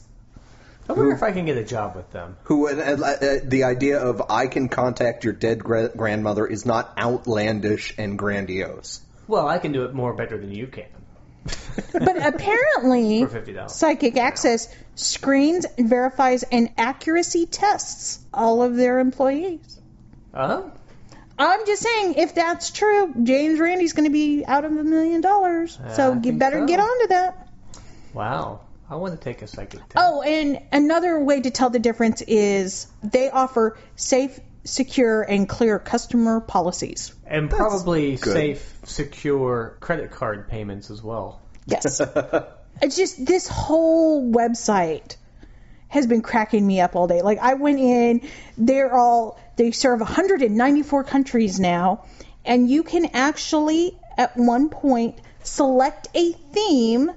I wonder if I can get a job with them.
Who and, and, uh, uh, the idea of I can contact your dead gra- grandmother is not outlandish and grandiose.
Well, I can do it more better than you can
But apparently,
for fifty dollars.
Psychic Access screens, verifies, and accuracy tests all of their employees.
Uh huh.
I'm just saying, if that's true, James Randy's going to be out of a million dollars. So
I
you
think
better
so.
get onto that.
Wow. I want to take a psychic test.
Oh, and another way to tell the difference is they offer safe, secure, and clear customer policies.
and probably
good.
safe, secure credit card payments as well.
Yes. it's just this whole website has been cracking me up all day. Like I went in, they're all they serve 194 countries now, and you can actually at one point select a theme.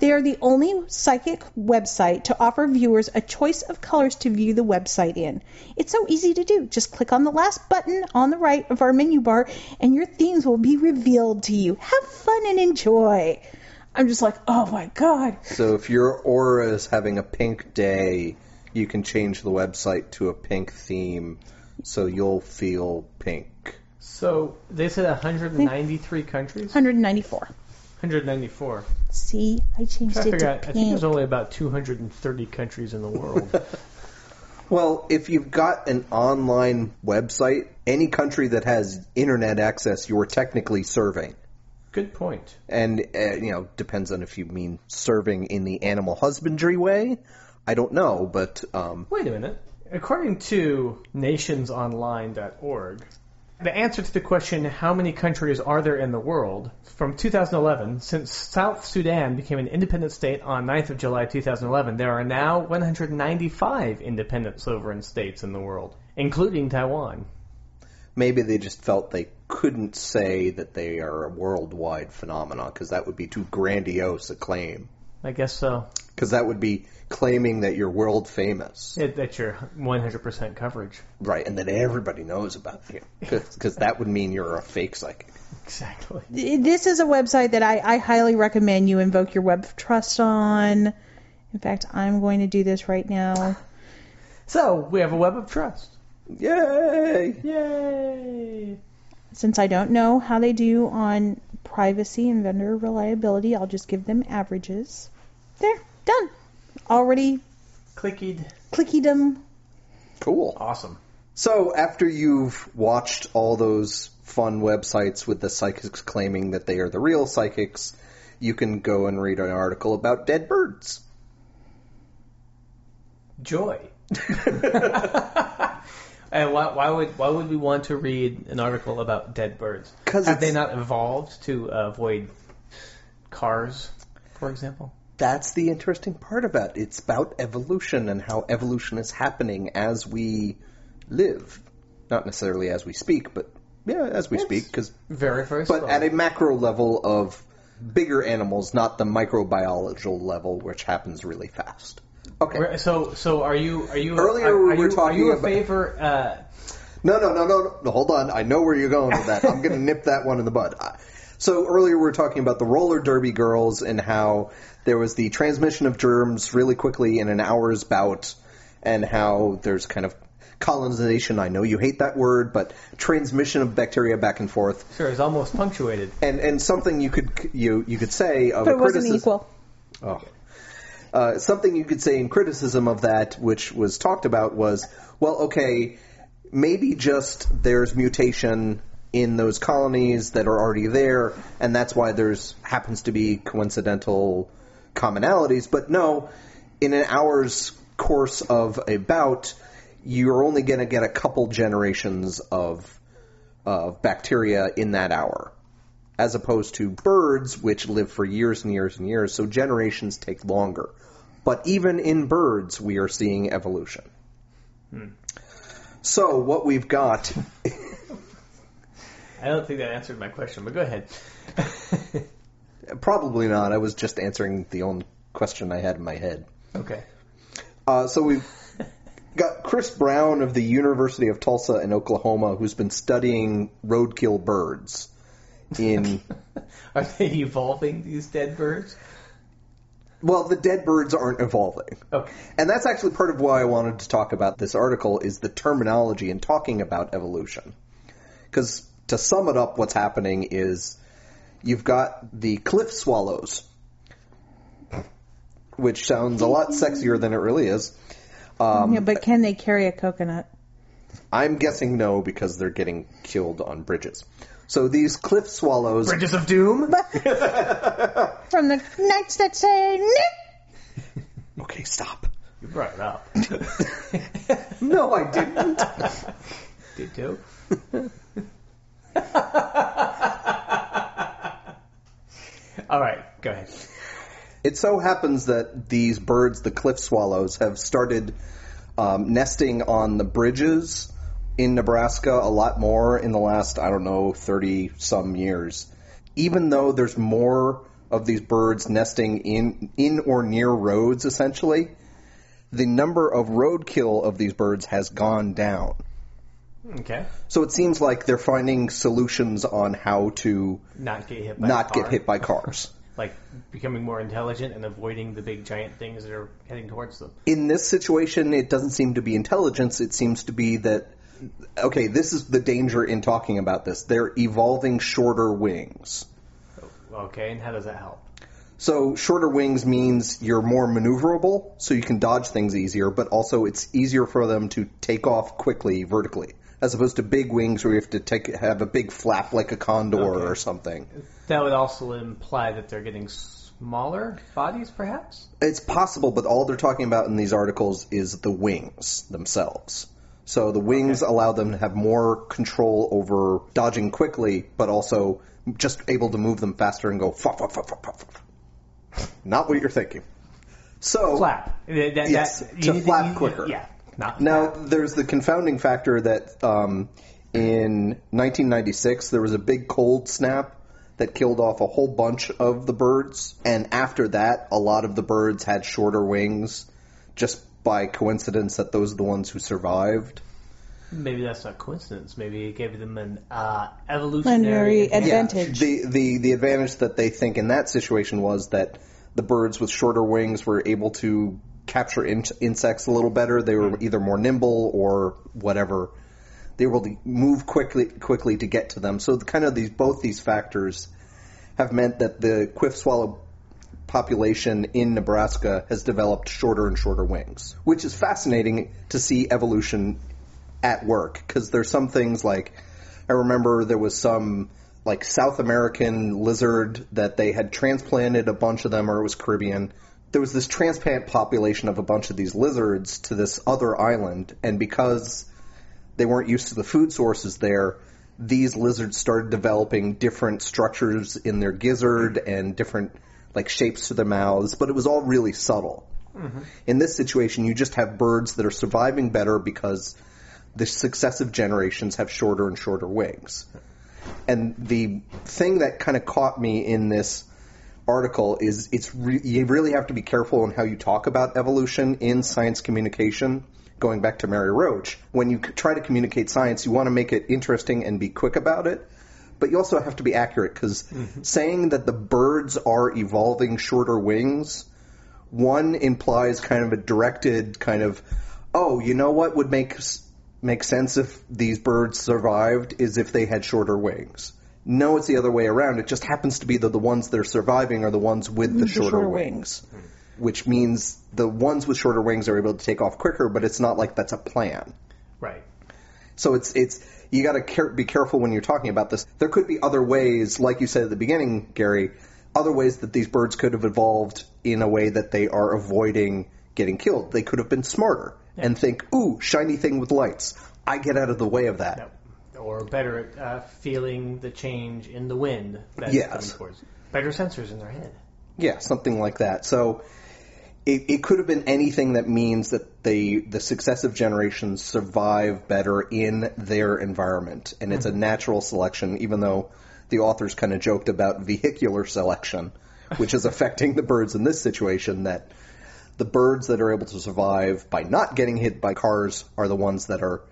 They are the only psychic website to offer viewers a choice of colors to view the website in. It's so easy to do. Just click on the last button on the right of our menu bar, and your themes will be revealed to you. Have fun and enjoy. I'm just like, oh my god.
So if your aura is having a pink day, you can change the website to a pink theme, so you'll feel pink.
So they said 193 countries.
194.
194.
See, I changed
I,
it
figure I, I
to
think
pink.
there's only about 230 countries in the world.
Well, if you've got an online website, any country that has internet access, you're technically serving.
Good point.
and uh, you know depends on if you mean serving in the animal husbandry way i don't know but um
Wait a minute. According to nationsonline.org, the answer to the question, how many countries are there in the world, from 2011, since South Sudan became an independent state on 9th of July 2011, there are now 195 independent sovereign states in the world, including Taiwan.
Maybe they just felt they couldn't say that they are a worldwide phenomenon because that would be too grandiose a claim.
I guess so.
Because that would be claiming that you're world famous.
It, that's your 100% coverage.
Right, and that everybody knows about you. Because that would mean you're a fake psychic.
Exactly.
This is a website that I, I highly recommend you invoke your web of trust on. In fact, I'm going to do this right now.
So we have a web of trust.
Yay!
Yay!
Since I don't know how they do on privacy and vendor reliability, I'll just give them averages. There, done. Already
Clickied.
clicky them.
Cool.
Awesome.
So after you've watched all those fun websites with the psychics claiming that they are the real psychics, you can go and read an article about dead birds.
Joy. and why, why would why would we want to read an article about dead birds?
'Cause
have they
it's-
not evolved to uh, avoid cars, for example?
that's the interesting part about it. It's about evolution and how evolution is happening as we live, not necessarily as we speak, but yeah, as we speak. 'Cause
Very very.
but
slow.
at a macro level of bigger animals, not the microbiological level, which happens really fast. Okay.
Re- So, so are you? Are you?
Earlier
are, are
we were
you, Are
talking
you a
about-
favor? Uh,
No, no, no, no, no. Hold on. I know where you're going with that. I'm going to nip that one in the bud. I- So earlier we were talking about the roller derby girls and how there was the transmission of germs really quickly in an hour's bout, and how there's kind of colonization. I know you hate that word, but transmission of bacteria back and forth,
sure, it's almost punctuated.
and and something you could you you could say of
But
a
it wasn't
criticism-
equal.
Oh. Uh, something you could say in criticism of that, which was talked about, was well, okay, maybe just there's mutation in those colonies that are already there, and that's why there's happens to be coincidental commonalities. But no, in an hour's course of a bout, you're only going to get a couple generations of of bacteria in that hour as opposed to birds, which live for years and years and years, so generations take longer. But even in birds, we are seeing evolution. So what we've got,
I don't think that answered my question, but go ahead.
probably not. I was just answering the only question I had in my head.
okay.
Uh, so we've got Chris Brown of the University of Tulsa in Oklahoma, who's been studying roadkill birds. In
Are they evolving these dead birds?
well, the dead birds aren't evolving.
Okay.
And that's actually part of why I wanted to talk about this article is the terminology in talking about evolution. Because to sum it up, what's happening is you've got the cliff swallows, which sounds a lot sexier than it really is. um,
yeah, but can they carry a coconut?
I'm guessing no because they're getting killed on bridges. So these cliff swallows
Bridges of Doom.
From the knights that say no.
Okay, stop.
You brought it up.
No, I didn't.
Did too. All right, go ahead.
It so happens that these birds, the cliff swallows, have started um, nesting on the bridges in Nebraska a lot more in the last, I don't know, 30 some years. Even though there's more of these birds nesting in, in or near roads, essentially, the number of roadkill of these birds has gone down.
Okay.
So it seems like they're finding solutions on how to
Not get hit by a
not get
car.
hit by cars.
Like becoming more intelligent and avoiding the big giant things that are heading towards them.
in this situation, it doesn't seem to be intelligence. It seems to be that, okay, this is the danger in talking about this. They're evolving shorter wings.
Okay, and how does that help?
So, shorter wings means you're more maneuverable, so you can dodge things easier, but also it's easier for them to take off quickly vertically, as opposed to big wings where you have to take, have a big flap like a condor
Okay.
or something.
That would also imply that they're getting smaller bodies, perhaps.
It's possible, but all they're talking about in these articles is the wings themselves. So the wings allow them to have more control over dodging quickly, but also just able to move them faster and go fa fa fa fa fa. fa. Not what you're thinking. So
Flap. That- that-
Yes,
that-
to
you-
flap
you-
quicker.
Yeah. Not
now there's the confounding factor that um, in 1996, there was a big cold snap that killed off a whole bunch of the birds. And after that, a lot of the birds had shorter wings just by coincidence that those are the ones who survived.
Maybe that's not coincidence. Maybe it gave them an uh,
Plenary
evolutionary advantage.
advan- Advantage.
The, the, the advantage that they think in that situation was that the birds with shorter wings were able to capture in- insects a little better. They were either more nimble or whatever. They were able to move quickly quickly to get to them. So the, kind of these both these factors have meant that the quiff swallow population in Nebraska has developed shorter and shorter wings, which is fascinating to see evolution at work because there's some things like I remember there was some like South American lizard that they had transplanted a bunch of them, or it was Caribbean. There was this transplant population of a bunch of these lizards to this other island, and because they weren't used to the food sources there, these lizards started developing different structures in their gizzard and different like shapes to their mouths, but it was all really subtle. In this situation, you just have birds that are surviving better because the successive generations have shorter and shorter wings. And the thing that kind of caught me in this article is it's re- you really have to be careful in how you talk about evolution in science communication. Going back to Mary Roach, when you c- try to communicate science, you want to make it interesting and be quick about it, but you also have to be accurate because saying that the birds are evolving shorter wings one implies kind of a directed kind of oh you know what would make s- make sense if these birds survived is if they had shorter wings no it's the other way around it just happens to be that the ones that are surviving are the ones with the, shorter,
shorter
wings, which means the ones with shorter wings are able to take off quicker but it's not like that's a plan
Right.
so it's it's you got to care, be careful when you're talking about this. There could be other ways, like you said at the beginning, Gary, other ways that these birds could have evolved in a way that they are avoiding getting killed. They could have been smarter and think, "Ooh, shiny thing with lights. I get out of the way of that."
Yep. Or better at uh, feeling the change in the wind that's
Yes.
coming towards. Better sensors in their head.
Yeah, something like that. So it, it could have been anything that means that the the successive generations survive better in their environment, and it's a natural selection. Even though the authors kind of joked about vehicular selection, which is affecting the birds in this situation, that the birds that are able to survive by not getting hit by cars are the ones that are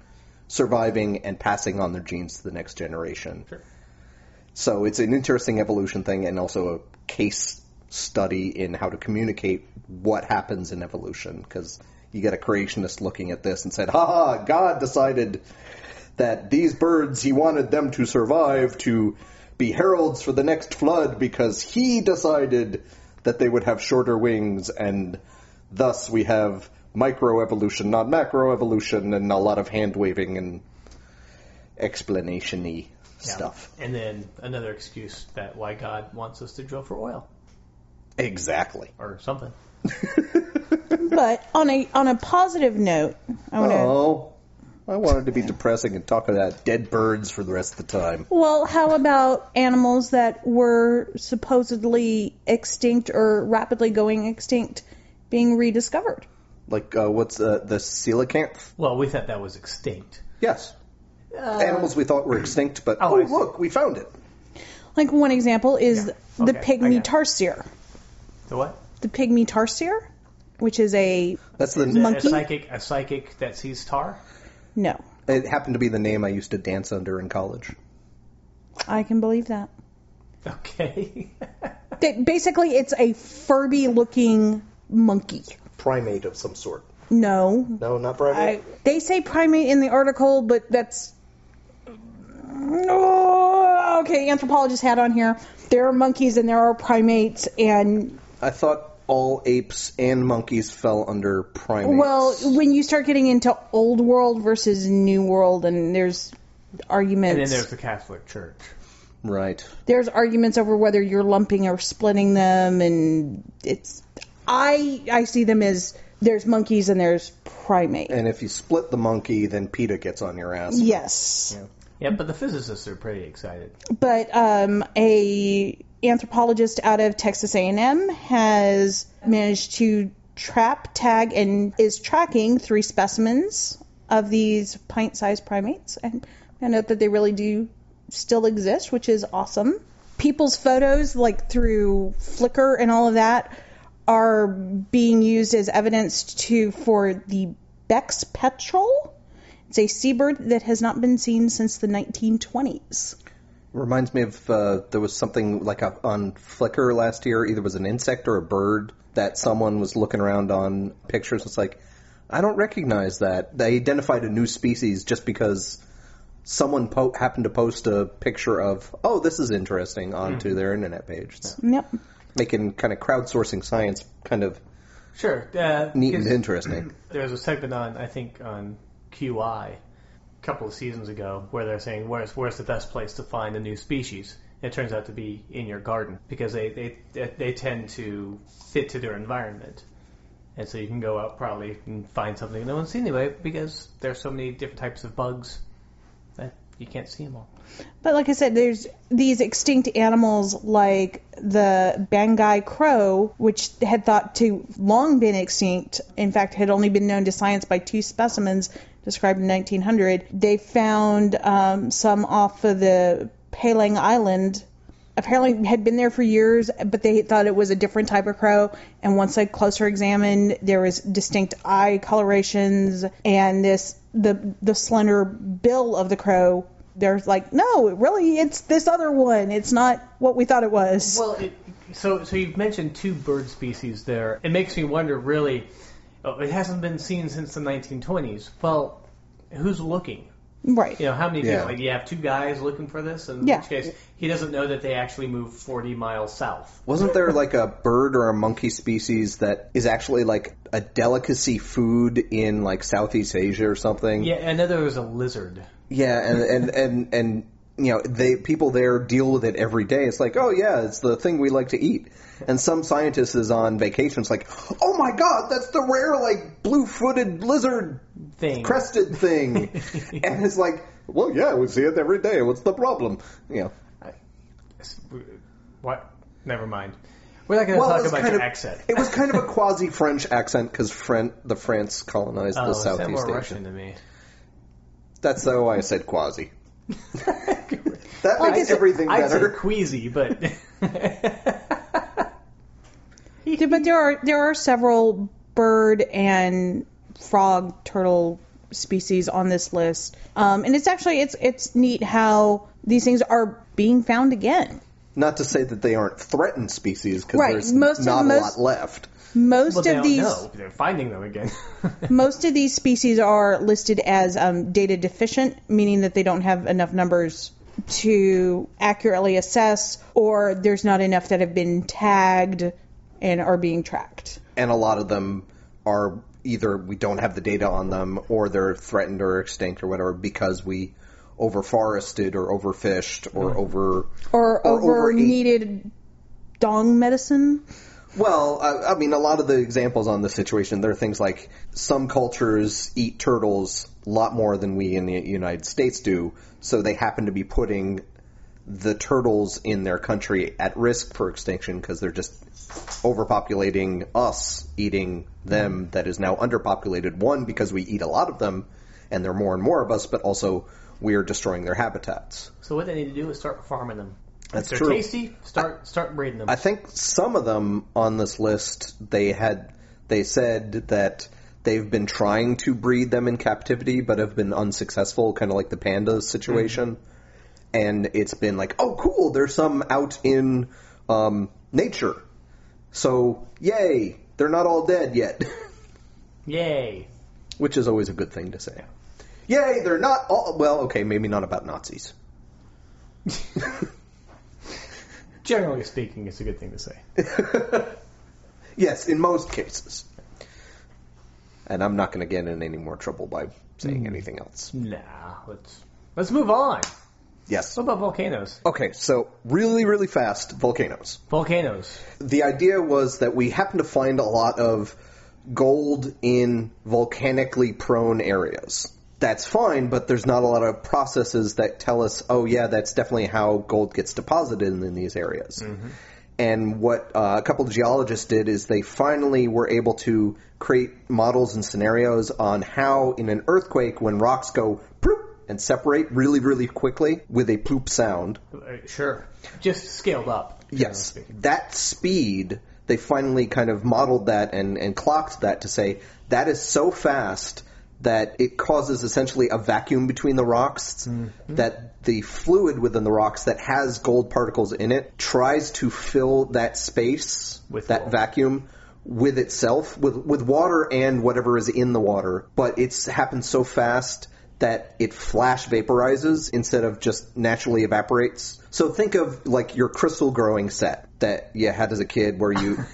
surviving and passing on their genes to the next generation.
Sure.
So it's an interesting evolution thing and also a case study in how to communicate what happens in evolution because you get a creationist looking at this and said, "Ha ha, God decided that these birds he wanted them to survive to be heralds for the next flood because he decided that they would have shorter wings and thus we have microevolution, not macroevolution and a lot of hand waving and explanation-y
Yeah.
stuff.
And then another excuse that why God wants us to drill for oil
Exactly.
or something.
But on a on a positive note, I want to.
Oh, I wanted to be depressing and talk about dead birds for the rest of the time.
Well, how about animals that were supposedly extinct or rapidly going extinct being rediscovered?
Like, uh, what's uh, the coelacanth?
Well, we thought that was extinct.
Yes. Animals we thought were extinct, but
Oh,
oh,
I see.
look, we found it.
Like one example is the
Okay, I
pygmy
got it.
tarsier.
The what?
The pygmy tarsier, which is a
That's the.
A-
Monkey?
A psychic, a psychic that sees tar.
no.
It happened to be the name I used to dance under in college.
I can believe that.
Okay.
That basically it's a Furby looking monkey.
Primate of some sort.
No.
No, not
I, they say primate in the article, but that's Oh, okay, anthropologists had on here. There are monkeys and there are primates and
I, thought all apes and monkeys fell under primates.
Well, when you start getting into old world versus new world, and there's
and then
arguments,
there's
there's,
the Catholic Church.
right.
arguments over whether you're lumping or splitting them, and it's I I see them as there's monkeys and there's primate.
And if you split the monkey, then PETA gets on your ass.
yes,
Yeah, but the physicists are pretty excited.
but um, a anthropologist out of Texas A&M has managed to trap, tag, and is tracking three specimens of these pint-sized primates and found out that they really do still exist, which is awesome. People's photos, like through Flickr and all of that, are being used as evidence to for the Beck's petrel. It's a seabird that has not been seen since the 1920s.
Reminds me of uh, there was something like a, on Flickr last year. Either was an insect or a bird that someone was looking around on pictures. It's like I don't recognize that. They identified a new species just because someone po- happened to post a picture of oh this is interesting onto their internet page. It's
Yep.
making kind of crowdsourcing science kind of
Sure. Uh,
neat and
because-
interesting.
there was a segment on I think on QI a couple of seasons ago where they're saying where's where's the best place to find a new species. And it turns out to be in your garden because they they they- they tend to fit to their environment. And so you can go out probably and find something no one's seen anyway because there's so many different types of bugs that you can't see them all.
But like I said, there's these extinct animals like the Bangai crow, which had thought to long been extinct. In fact, had only been known to science by two specimens described in 1900. They found um, some off of the Palang Island. Apparently had been there for years, but they thought it was a different type of crow. And once I closer examined, there was distinct eye colorations and this the the slender bill of the crow they're like, no, really, it's this other one. It's not what we thought it was.
Well, it, so so you've mentioned two bird species there. It makes me wonder, really. Oh, it hasn't been seen since the 1920s. Well, who's looking?
right.
You know, how many
Yeah.
people? Like, you have two guys looking for this, and in
Yeah.
which case he doesn't know that they actually moved 40 miles south.
Wasn't there like a bird or a monkey species that is actually like a delicacy food in like Southeast Asia or something?
Yeah, I know there was a lizard.
Yeah, and and and and you know, they people there deal with it every day. It's like, oh yeah, it's the thing we like to eat. And some scientist is on vacation. It's like, oh my god, that's the rare like blue-footed lizard
Thing.
crested thing. and it's like, well, yeah, we see it every day. What's the problem? You know.
What? Never mind. We're not going to
Well, it
talk
was
about
kind
your
of-
accent.
It was kind of a quasi French accent because Fran- the France colonized
Oh,
the
it sounded more
Southeast Asia.
Russian to me.
That's why I said quasi. That
Like I
makes
said-
everything
I said
better.
queasy, but
Yeah, But there are there are several bird and frog turtle species on this list, um, and it's actually it's it's neat how these things are being found again.
Not to say that they aren't threatened species because
Right,
there's
most of-
not a
most-
lot left.
Most
well, they
of
don't
these
know. They're finding them again.
most of these species are listed as um, data deficient, meaning that they don't have enough numbers to accurately assess, or there's not enough that have been tagged and are being tracked.
And a lot of them are either we don't have the data on them or they're threatened or extinct or whatever because we overforested or overfished or over. Or
Or, over
overeat.
needed dong medicine.
Well, I, I mean, a lot of the examples on this situation, there are things like some cultures eat turtles a lot more than we in the United States do, so they happen to be putting the turtles in their country at risk for extinction because they're just overpopulating us, eating them that is now underpopulated. One, because we eat a lot of them, and there are more and more of us, but also we are destroying their habitats.
so what they need to do is start farming them.
That's
if they're
true.
tasty, start start breeding them.
I think some of them on this list they had they said that they've been trying to breed them in captivity but have been unsuccessful, kind of like the panda situation. And it's been like, oh, cool, there's some out in um, nature, so yay, they're not all dead yet,
Yay.
which is always a good thing to say. Yay, they're not all well. Okay, maybe not about Nazis.
Generally speaking, it's a good thing to say.
Yes, in most cases. And I'm not going to get in any more trouble by saying anything else.
Nah, let's let's move on.
Yes.
What about volcanoes?
Okay, so really, really fast volcanoes.
Volcanoes.
The idea was that we happen to find a lot of gold in volcanically prone areas. That's fine, but there's not a lot of processes that tell us, oh, yeah, that's definitely how gold gets deposited in, in these areas. And what uh, a couple of geologists did is they finally were able to create models and scenarios on how, in an earthquake, when rocks go, "Ploop," and separate really, really quickly with a poop sound.
Uh, Sure. Just scaled up. generally
Yes,
speaking.
that speed, they finally kind of modeled that and, and clocked that to say that is so fast that it causes essentially a vacuum between the rocks
Mm-hmm.
that the fluid within the rocks that has gold particles in it tries to fill that space
With
that
gold.
vacuum with itself with with water and whatever is in the water but it's happens so fast that it flash vaporizes instead of just naturally evaporates so think of like your crystal growing set that you had as a kid where you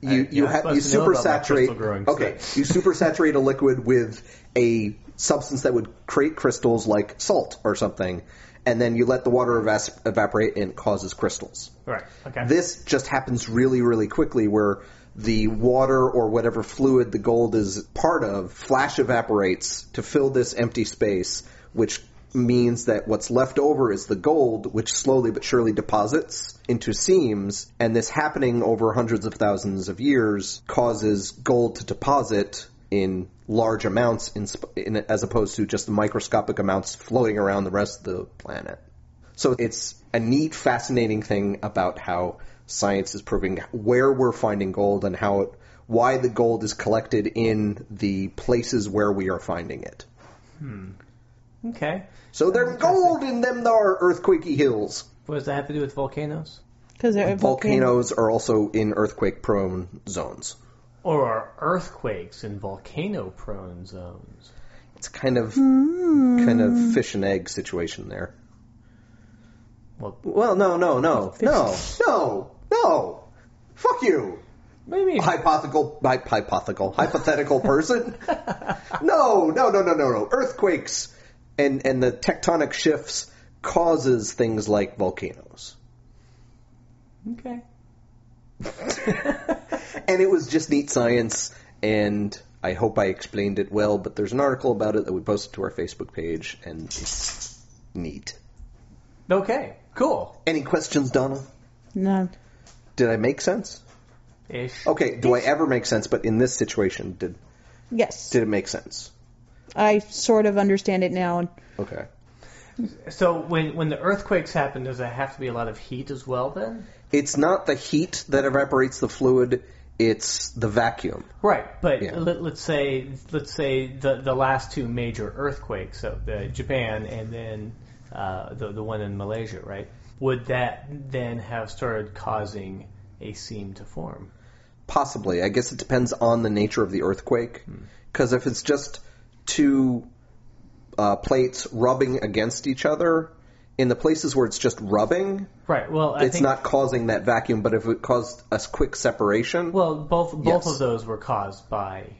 you you
you're
have you
supposed to know
super
about my
saturate
crystal growing
okay
set.
you super saturate a liquid with a substance that would create crystals like salt or something and then you let the water evas- evaporate and it causes crystals
Right. Okay.
this just happens really, really quickly where the water or whatever fluid the gold is part of flash evaporates to fill this empty space, which means that what's left over is the gold, which slowly but surely deposits into seams. And this happening over hundreds of thousands of years causes gold to deposit in large amounts in, sp- in, as opposed to just microscopic amounts floating around the rest of the planet. So it's a neat, fascinating thing about how science is proving where we're finding gold and how it, why the gold is collected in the places where we are finding it.
okay.
So there's gold in them there earthquakey hills.
What does that have to do with volcanoes?
Because they're volcanoes.
Volcanoes are also in earthquake-prone zones.
Or are earthquakes in volcano prone zones?
It's kind of kind of fish and egg situation there.
Well-
well, no, no, no, no, no, no. Fuck you.
Maybe.
hypothetical, hy- hypothetical, hypothetical person. no, no, no, no, no, no. Earthquakes and and the tectonic shifts causes things like volcanoes.
Okay.
And it was just neat science, and I hope I explained it well. But there's an article about it that we posted to our Facebook page, and it's neat.
Okay. Cool.
Any questions, Donna?
No.
Did I make sense?
Ish.
Okay. Do I ever make sense? But in this situation, did
Yes.
did it make sense?
I sort of understand it now. And
Okay.
So when when the earthquakes happen, does there have to be a lot of heat as well then?
it's not the heat that evaporates the fluid, it's the vacuum.
Right, but
Yeah.
let, let's say let's say the the last two major earthquakes, so the Japan and then uh, the the one in Malaysia, right? Would that then have started causing a seam to form?
Possibly. I guess it depends on the nature of the earthquake.
Hmm.
Because if it's just two uh, plates rubbing against each other, in the places where it's just rubbing,
Right. Well, I
it's
think
not causing that vacuum, but if it caused a quick separation,
well both both
Yes.
of those were caused by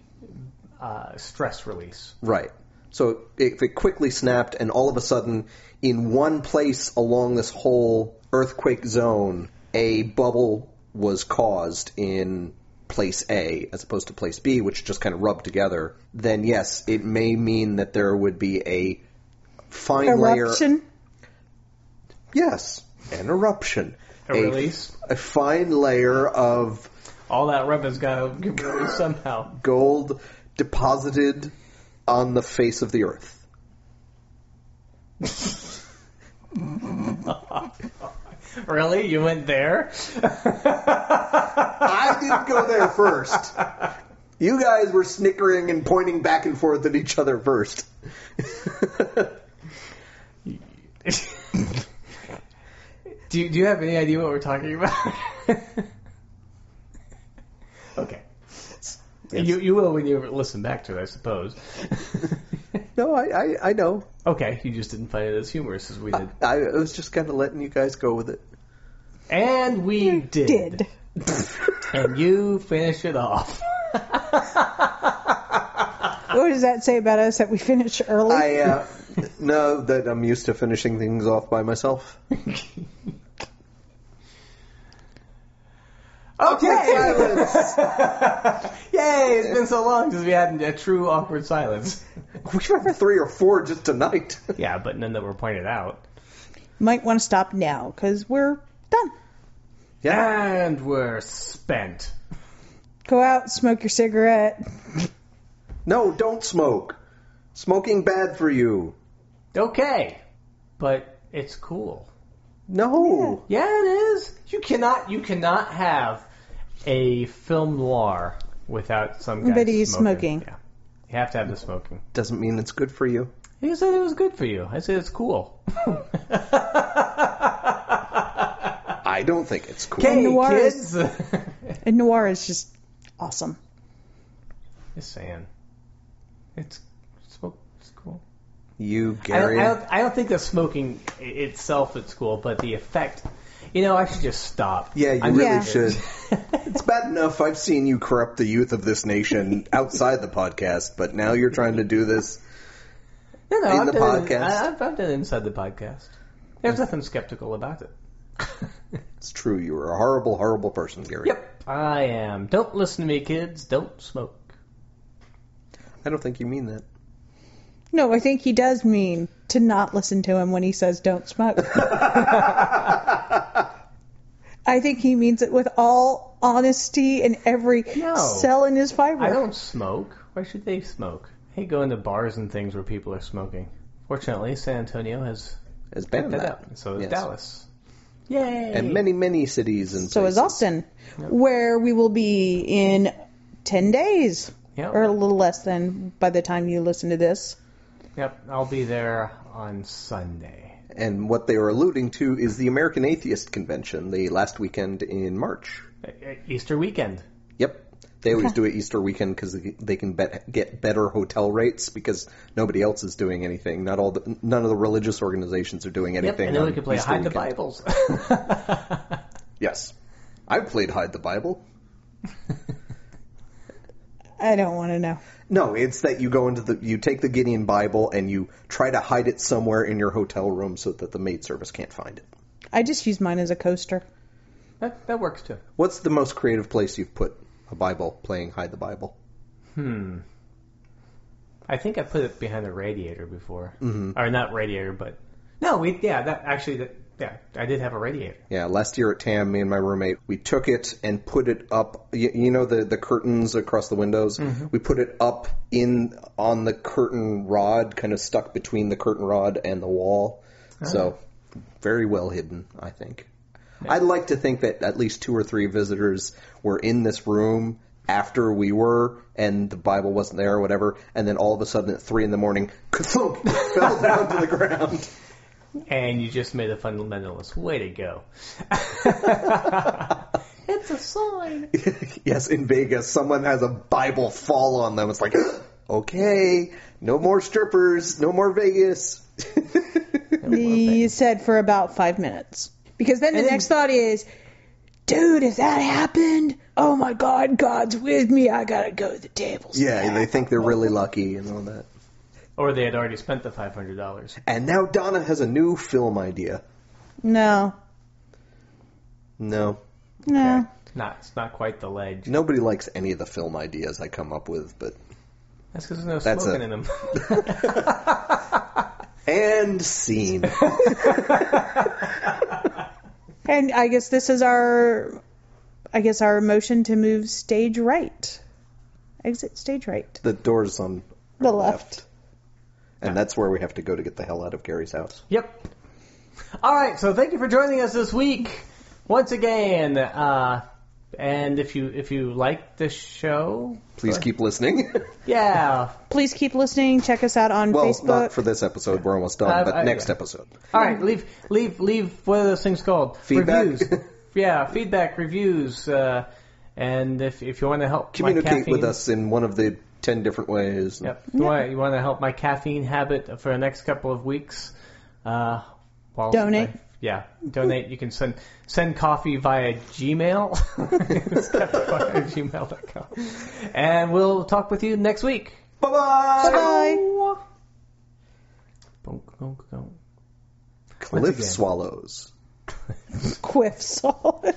uh, stress release.
Right. So if it quickly snapped and all of a sudden in one place along this whole earthquake zone, a bubble was caused in place A as opposed to place B, which just kind of rubbed together, then yes, it may mean that there would be a fine layer.
eruption.
Yes, an eruption.
A release.
A fine layer of
All that rubbing's got to give release somehow.
gold deposited on the face of the earth.
really, you went there?
I didn't go there first. You guys were snickering and pointing back and forth at each other first.
Do you, do you have any idea what we're talking about? okay. You you will when you listen back to it, I suppose.
No, I, I, I know.
okay, you just didn't find it as humorous as we did,
I, I was just kind of letting you guys go with it.
and we did.
Did.
and you finish it off.
What does that say about us that we finish early?
I uh, know that I'm used to finishing things off by myself.
Okay,
Silence.
yay! It's been so long since we had a true awkward silence.
We've had three or four just tonight.
Yeah, but none that were pointed out.
Might want to stop now because we're done.
And we're spent.
Go out, smoke your cigarette.
No, don't smoke. Smoking bad for you.
okay, but it's cool.
No.
Yeah, it is. You cannot you cannot have a film noir without some guy
But he's smoking.
Yeah. You have to have the smoking.
Doesn't mean it's good for you.
He said it was good for you. I said it's cool.
I don't think it's cool.
Hey,
noir
kids.
is- And noir is just awesome.
Just saying. It's smoke. It's cool.
You,
I don't,
Gary.
I, don't, I don't think that smoking i- itself is cool, but the effect. You know, I should just stop.
Yeah, you
I'm-
really
Yeah.
should. It's bad enough I've seen you corrupt the youth of this nation outside the podcast, but now you're trying to do this.
No, no,
In
I've
the
done It,
podcast.
I, I've, I've done it inside the podcast. There's nothing skeptical about it.
It's true. You were a horrible, horrible person, Gary.
Yep, I am. Don't listen to me, kids. Don't smoke.
I don't think you mean that.
No, I think he does mean to not listen to him when he says don't smoke. I think he means it with all honesty and every
No.
cell in his fiber.
I don't smoke. Why should they smoke? I hate going to bars and things where people are smoking. Fortunately, San Antonio has
It's banned
that
that.
out. So is
Yes.
Dallas. Yay!
And many, many cities and
so is
places.
Austin, where we will be in 10 days
Yep.
or a little less than by the time you listen to this.
Yep, I'll be there on Sunday.
And what they are alluding to is the American Atheist Convention, the last weekend in March.
Uh, uh, Easter weekend.
Yep. They always do it Easter weekend because they can bet, get better hotel rates because nobody else is doing anything. Not all, the, none of the religious organizations are doing
Yep,
anything.
and then we
on
can play
Easter
Hide the
weekend.
Bibles.
Yes, I've played Hide the Bible.
I don't want to know.
No, it's that you go into the, you take the Gideon Bible and you try to hide it somewhere in your hotel room so that the maid service can't find it.
I just use mine as a coaster.
that, that works too.
What's the most creative place you've put a Bible playing Hide the Bible?
Hmm. I think I put it behind a radiator before, mm-hmm. or not radiator, but no, we yeah that actually that yeah I did have a radiator.
Yeah, last year at TAM, me and my roommate, we took it and put it up. You, you know the the curtains across the windows. We put it up in on the curtain rod, kind of stuck between the curtain rod and the wall. So very well hidden, I think. I'd like to think that at least two or three visitors were in this room after we were, and the Bible wasn't there or whatever, and then all of a sudden at three in the morning, kathunk, fell down to the ground.
And you just made a fundamentalist. Way to go! it's a sign.
Yes, in Vegas, someone has a Bible fall on them. It's like, okay, no more strippers, no more Vegas.
You said for about five minutes. Because then the next thought is, dude, if that happened, oh my God, God's with me. I gotta go to the tables.
yeah, they think they're really lucky and all that.
Or they had already spent the five hundred dollars.
And now Donna has a new film idea.
No,
No,
no.
Not it's not quite the ledge.
nobody likes any of the film ideas I come up with, but.
That's because there's no
That's
smoking
a-
in them.
And scene.
And I guess this is our, I guess our motion to move stage right, exit stage right,
the door's on
the
left.
left.
And that's where we have to go to get the hell out of Gary's house.
Yep. All right. So thank you for joining us this week once again. Uh, and if you if you like this show,
Please keep listening.
yeah.
Please keep listening. Check us out on
well,
Facebook.
not for this episode. We're almost done,
Uh,
but
uh,
next
yeah.
episode.
All right. Leave leave leave. What are those things called?
Feedback?
Reviews. yeah. Feedback reviews. Uh, and if if you want to help my
communicate
caffeine,
with us in one of the ten different ways.
Yep. You want you want to help my caffeine habit for the next couple of weeks. Uh, while-
Donate.
yeah, donate. You can send send coffee via Gmail. gmail.com. And we'll talk with you next week.
Bye
Bye.
Bonk, bonk, bonk.
Cliff
again.
swallows.
Quiff solid.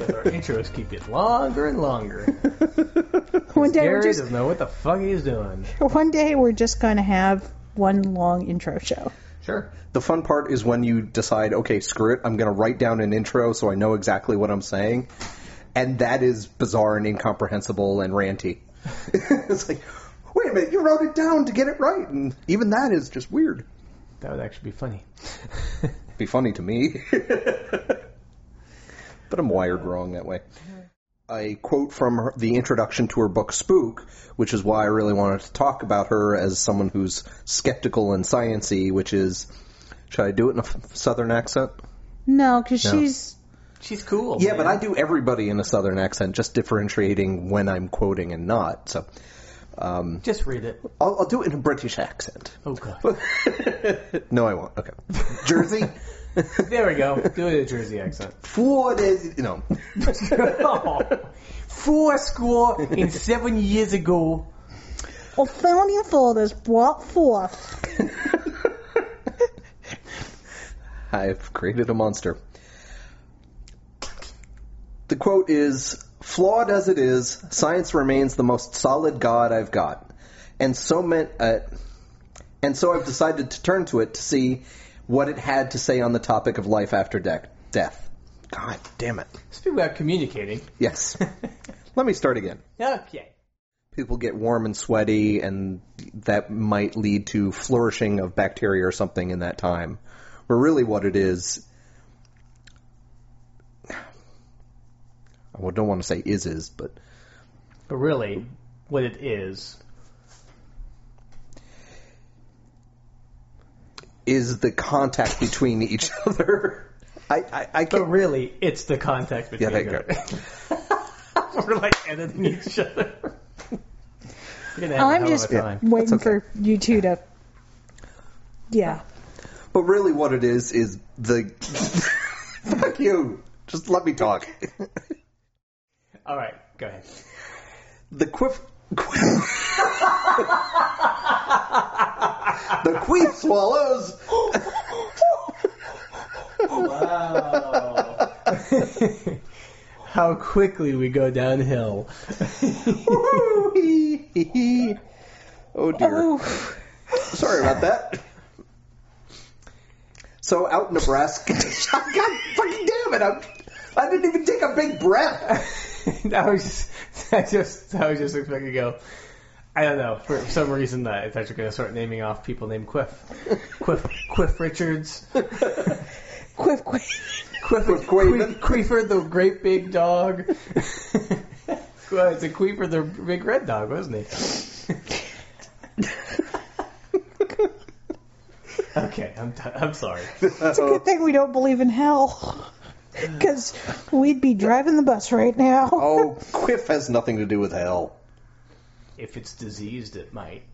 Our intros keep getting longer and longer.
One day
Gary
we're just
doesn't know what the fuck he's doing.
one day we're just going to have one long intro show.
Sure.
The fun part is when you decide, okay, screw it, I'm going to write down an intro so I know exactly what I'm saying. And that is bizarre and incomprehensible and ranty. it's like, wait a minute, you wrote it down to get it right. And even that is just weird.
That would actually be funny.
Be funny to me. but I'm wired wrong that way. A quote from her, the introduction to her book Spook, which is why I really wanted to talk about her as someone who's skeptical and sciency, which is, should I do it in a f- southern accent?
No, because
No.
she's
She's cool.
Yeah, but I do everybody in a southern accent, just differentiating when I'm quoting and not. So
just read it.
I'll, I'll do it in a British accent.
Oh god.
No, I won't. Okay. Jersey?
There we go. Do it in a Jersey accent.
Four days. No.
Four score and seven years ago.
Ophelia Folders brought forth.
I've created a monster. The quote is Flawed as it is, science remains the most solid God I've got. And so, meant, uh, and so I've decided to turn to it to see what it had to say on the topic of life after de- death. God damn it.
Speaking about communicating.
Yes. Let me start again.
Okay.
People get warm and sweaty, and that might lead to flourishing of bacteria or something in that time. But really, what it is, I don't want to say is is, but
But really, what it is
is the contact between each other. I, I, I
But
can't.
really, it's the contact
Yeah,
between
there you go.
them. We're like editing each other. We're gonna have a
I'm
hell
just
of a time.
waiting
okay.
for you two to. Yeah.
But really, what it is is the. Fuck you. Just let me talk.
All right, go ahead.
The quiff. the queef swallows.
Wow. How quickly we go downhill.
oh dear.
Oh,
Sorry about that. So out in Nebraska. God fucking damn it! I'm, I didn't even take a big breath.
I was just, I just, I was just expecting to go. I don't know. For some reason, that I thought you were going to start naming off people named Quiff, Quiff, Quiff Richards,
quiff, quiff.
Quiff,
Quiff
Queef-
Quaven.
Queefer the great big dog. well, it's a Queefer the big red dog, wasn't he? okay, I'm, t- I'm sorry.
It's a good thing we don't believe in hell. Because we'd be driving the bus right now.
Oh, quiff has nothing to do with hell.
If it's diseased, it might.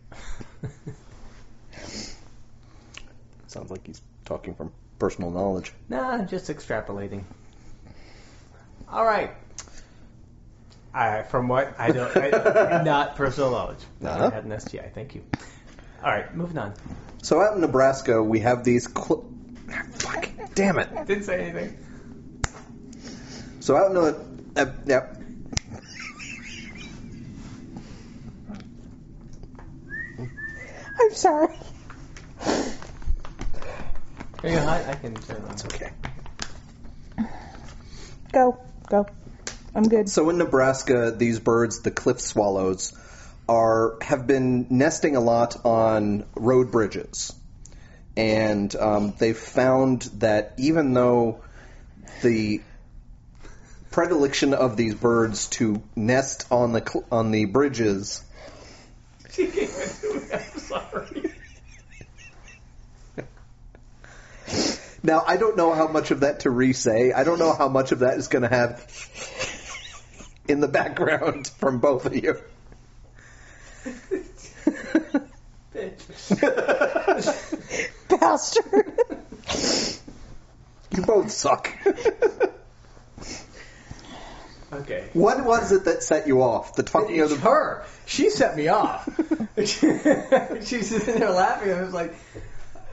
Sounds like he's talking from personal knowledge.
No, I'm just extrapolating. All right. I, from what I don't, I, not personal knowledge.
Uh-huh.
I had an STI. Thank you. All right, moving on.
So out in Nebraska, we have these. Cl- Fuck! Damn it!
Didn't say anything.
So out in the. Uh, yep.
I'm sorry.
Are you hot? I can turn it on.
Okay.
Go, go. I'm good.
So in Nebraska, these birds, the cliff swallows, are have been nesting a lot on road bridges, and um, they've found that even though the predilection of these birds to nest on the cl- on the bridges.
She gave it to me. I'm sorry.
Now, I don't know how much of that to re say. I don't know how much of that is going to have in the background from both of you.
Bastard.
You both suck.
Okay.
what was it that set you off? The talking of
It's
the.
her. She set me off. She's sitting there laughing. I was like,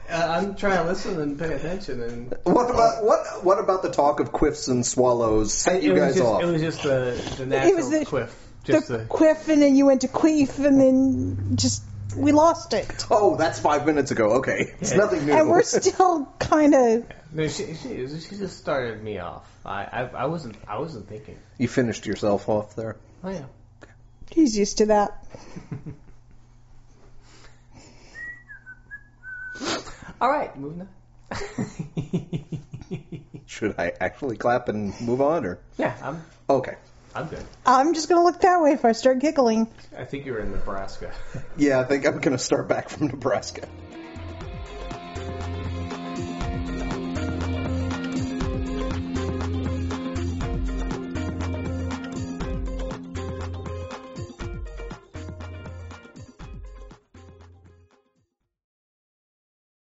uh, I'm trying to listen and pay attention. And
What about what? What about the talk of quiffs and swallows set you
it
guys
was just,
off?
It was just the the natural
was the-
quiff.
the
Just the,
quiff, and then you went to queef, and then just we lost it.
Oh, that's five minutes ago. Okay, it's
Yeah.
nothing new.
And we're still kind of.
no, she, she she just started me off. I, I I wasn't I wasn't thinking.
you finished yourself off there.
Oh yeah.
He's used to that.
All right, moving on.
Should I actually clap and move on, or
yeah, I'm
okay?
I'm good.
I'm just gonna look that way if I start giggling.
I think you were in Nebraska.
Yeah, I think I'm gonna start back from Nebraska.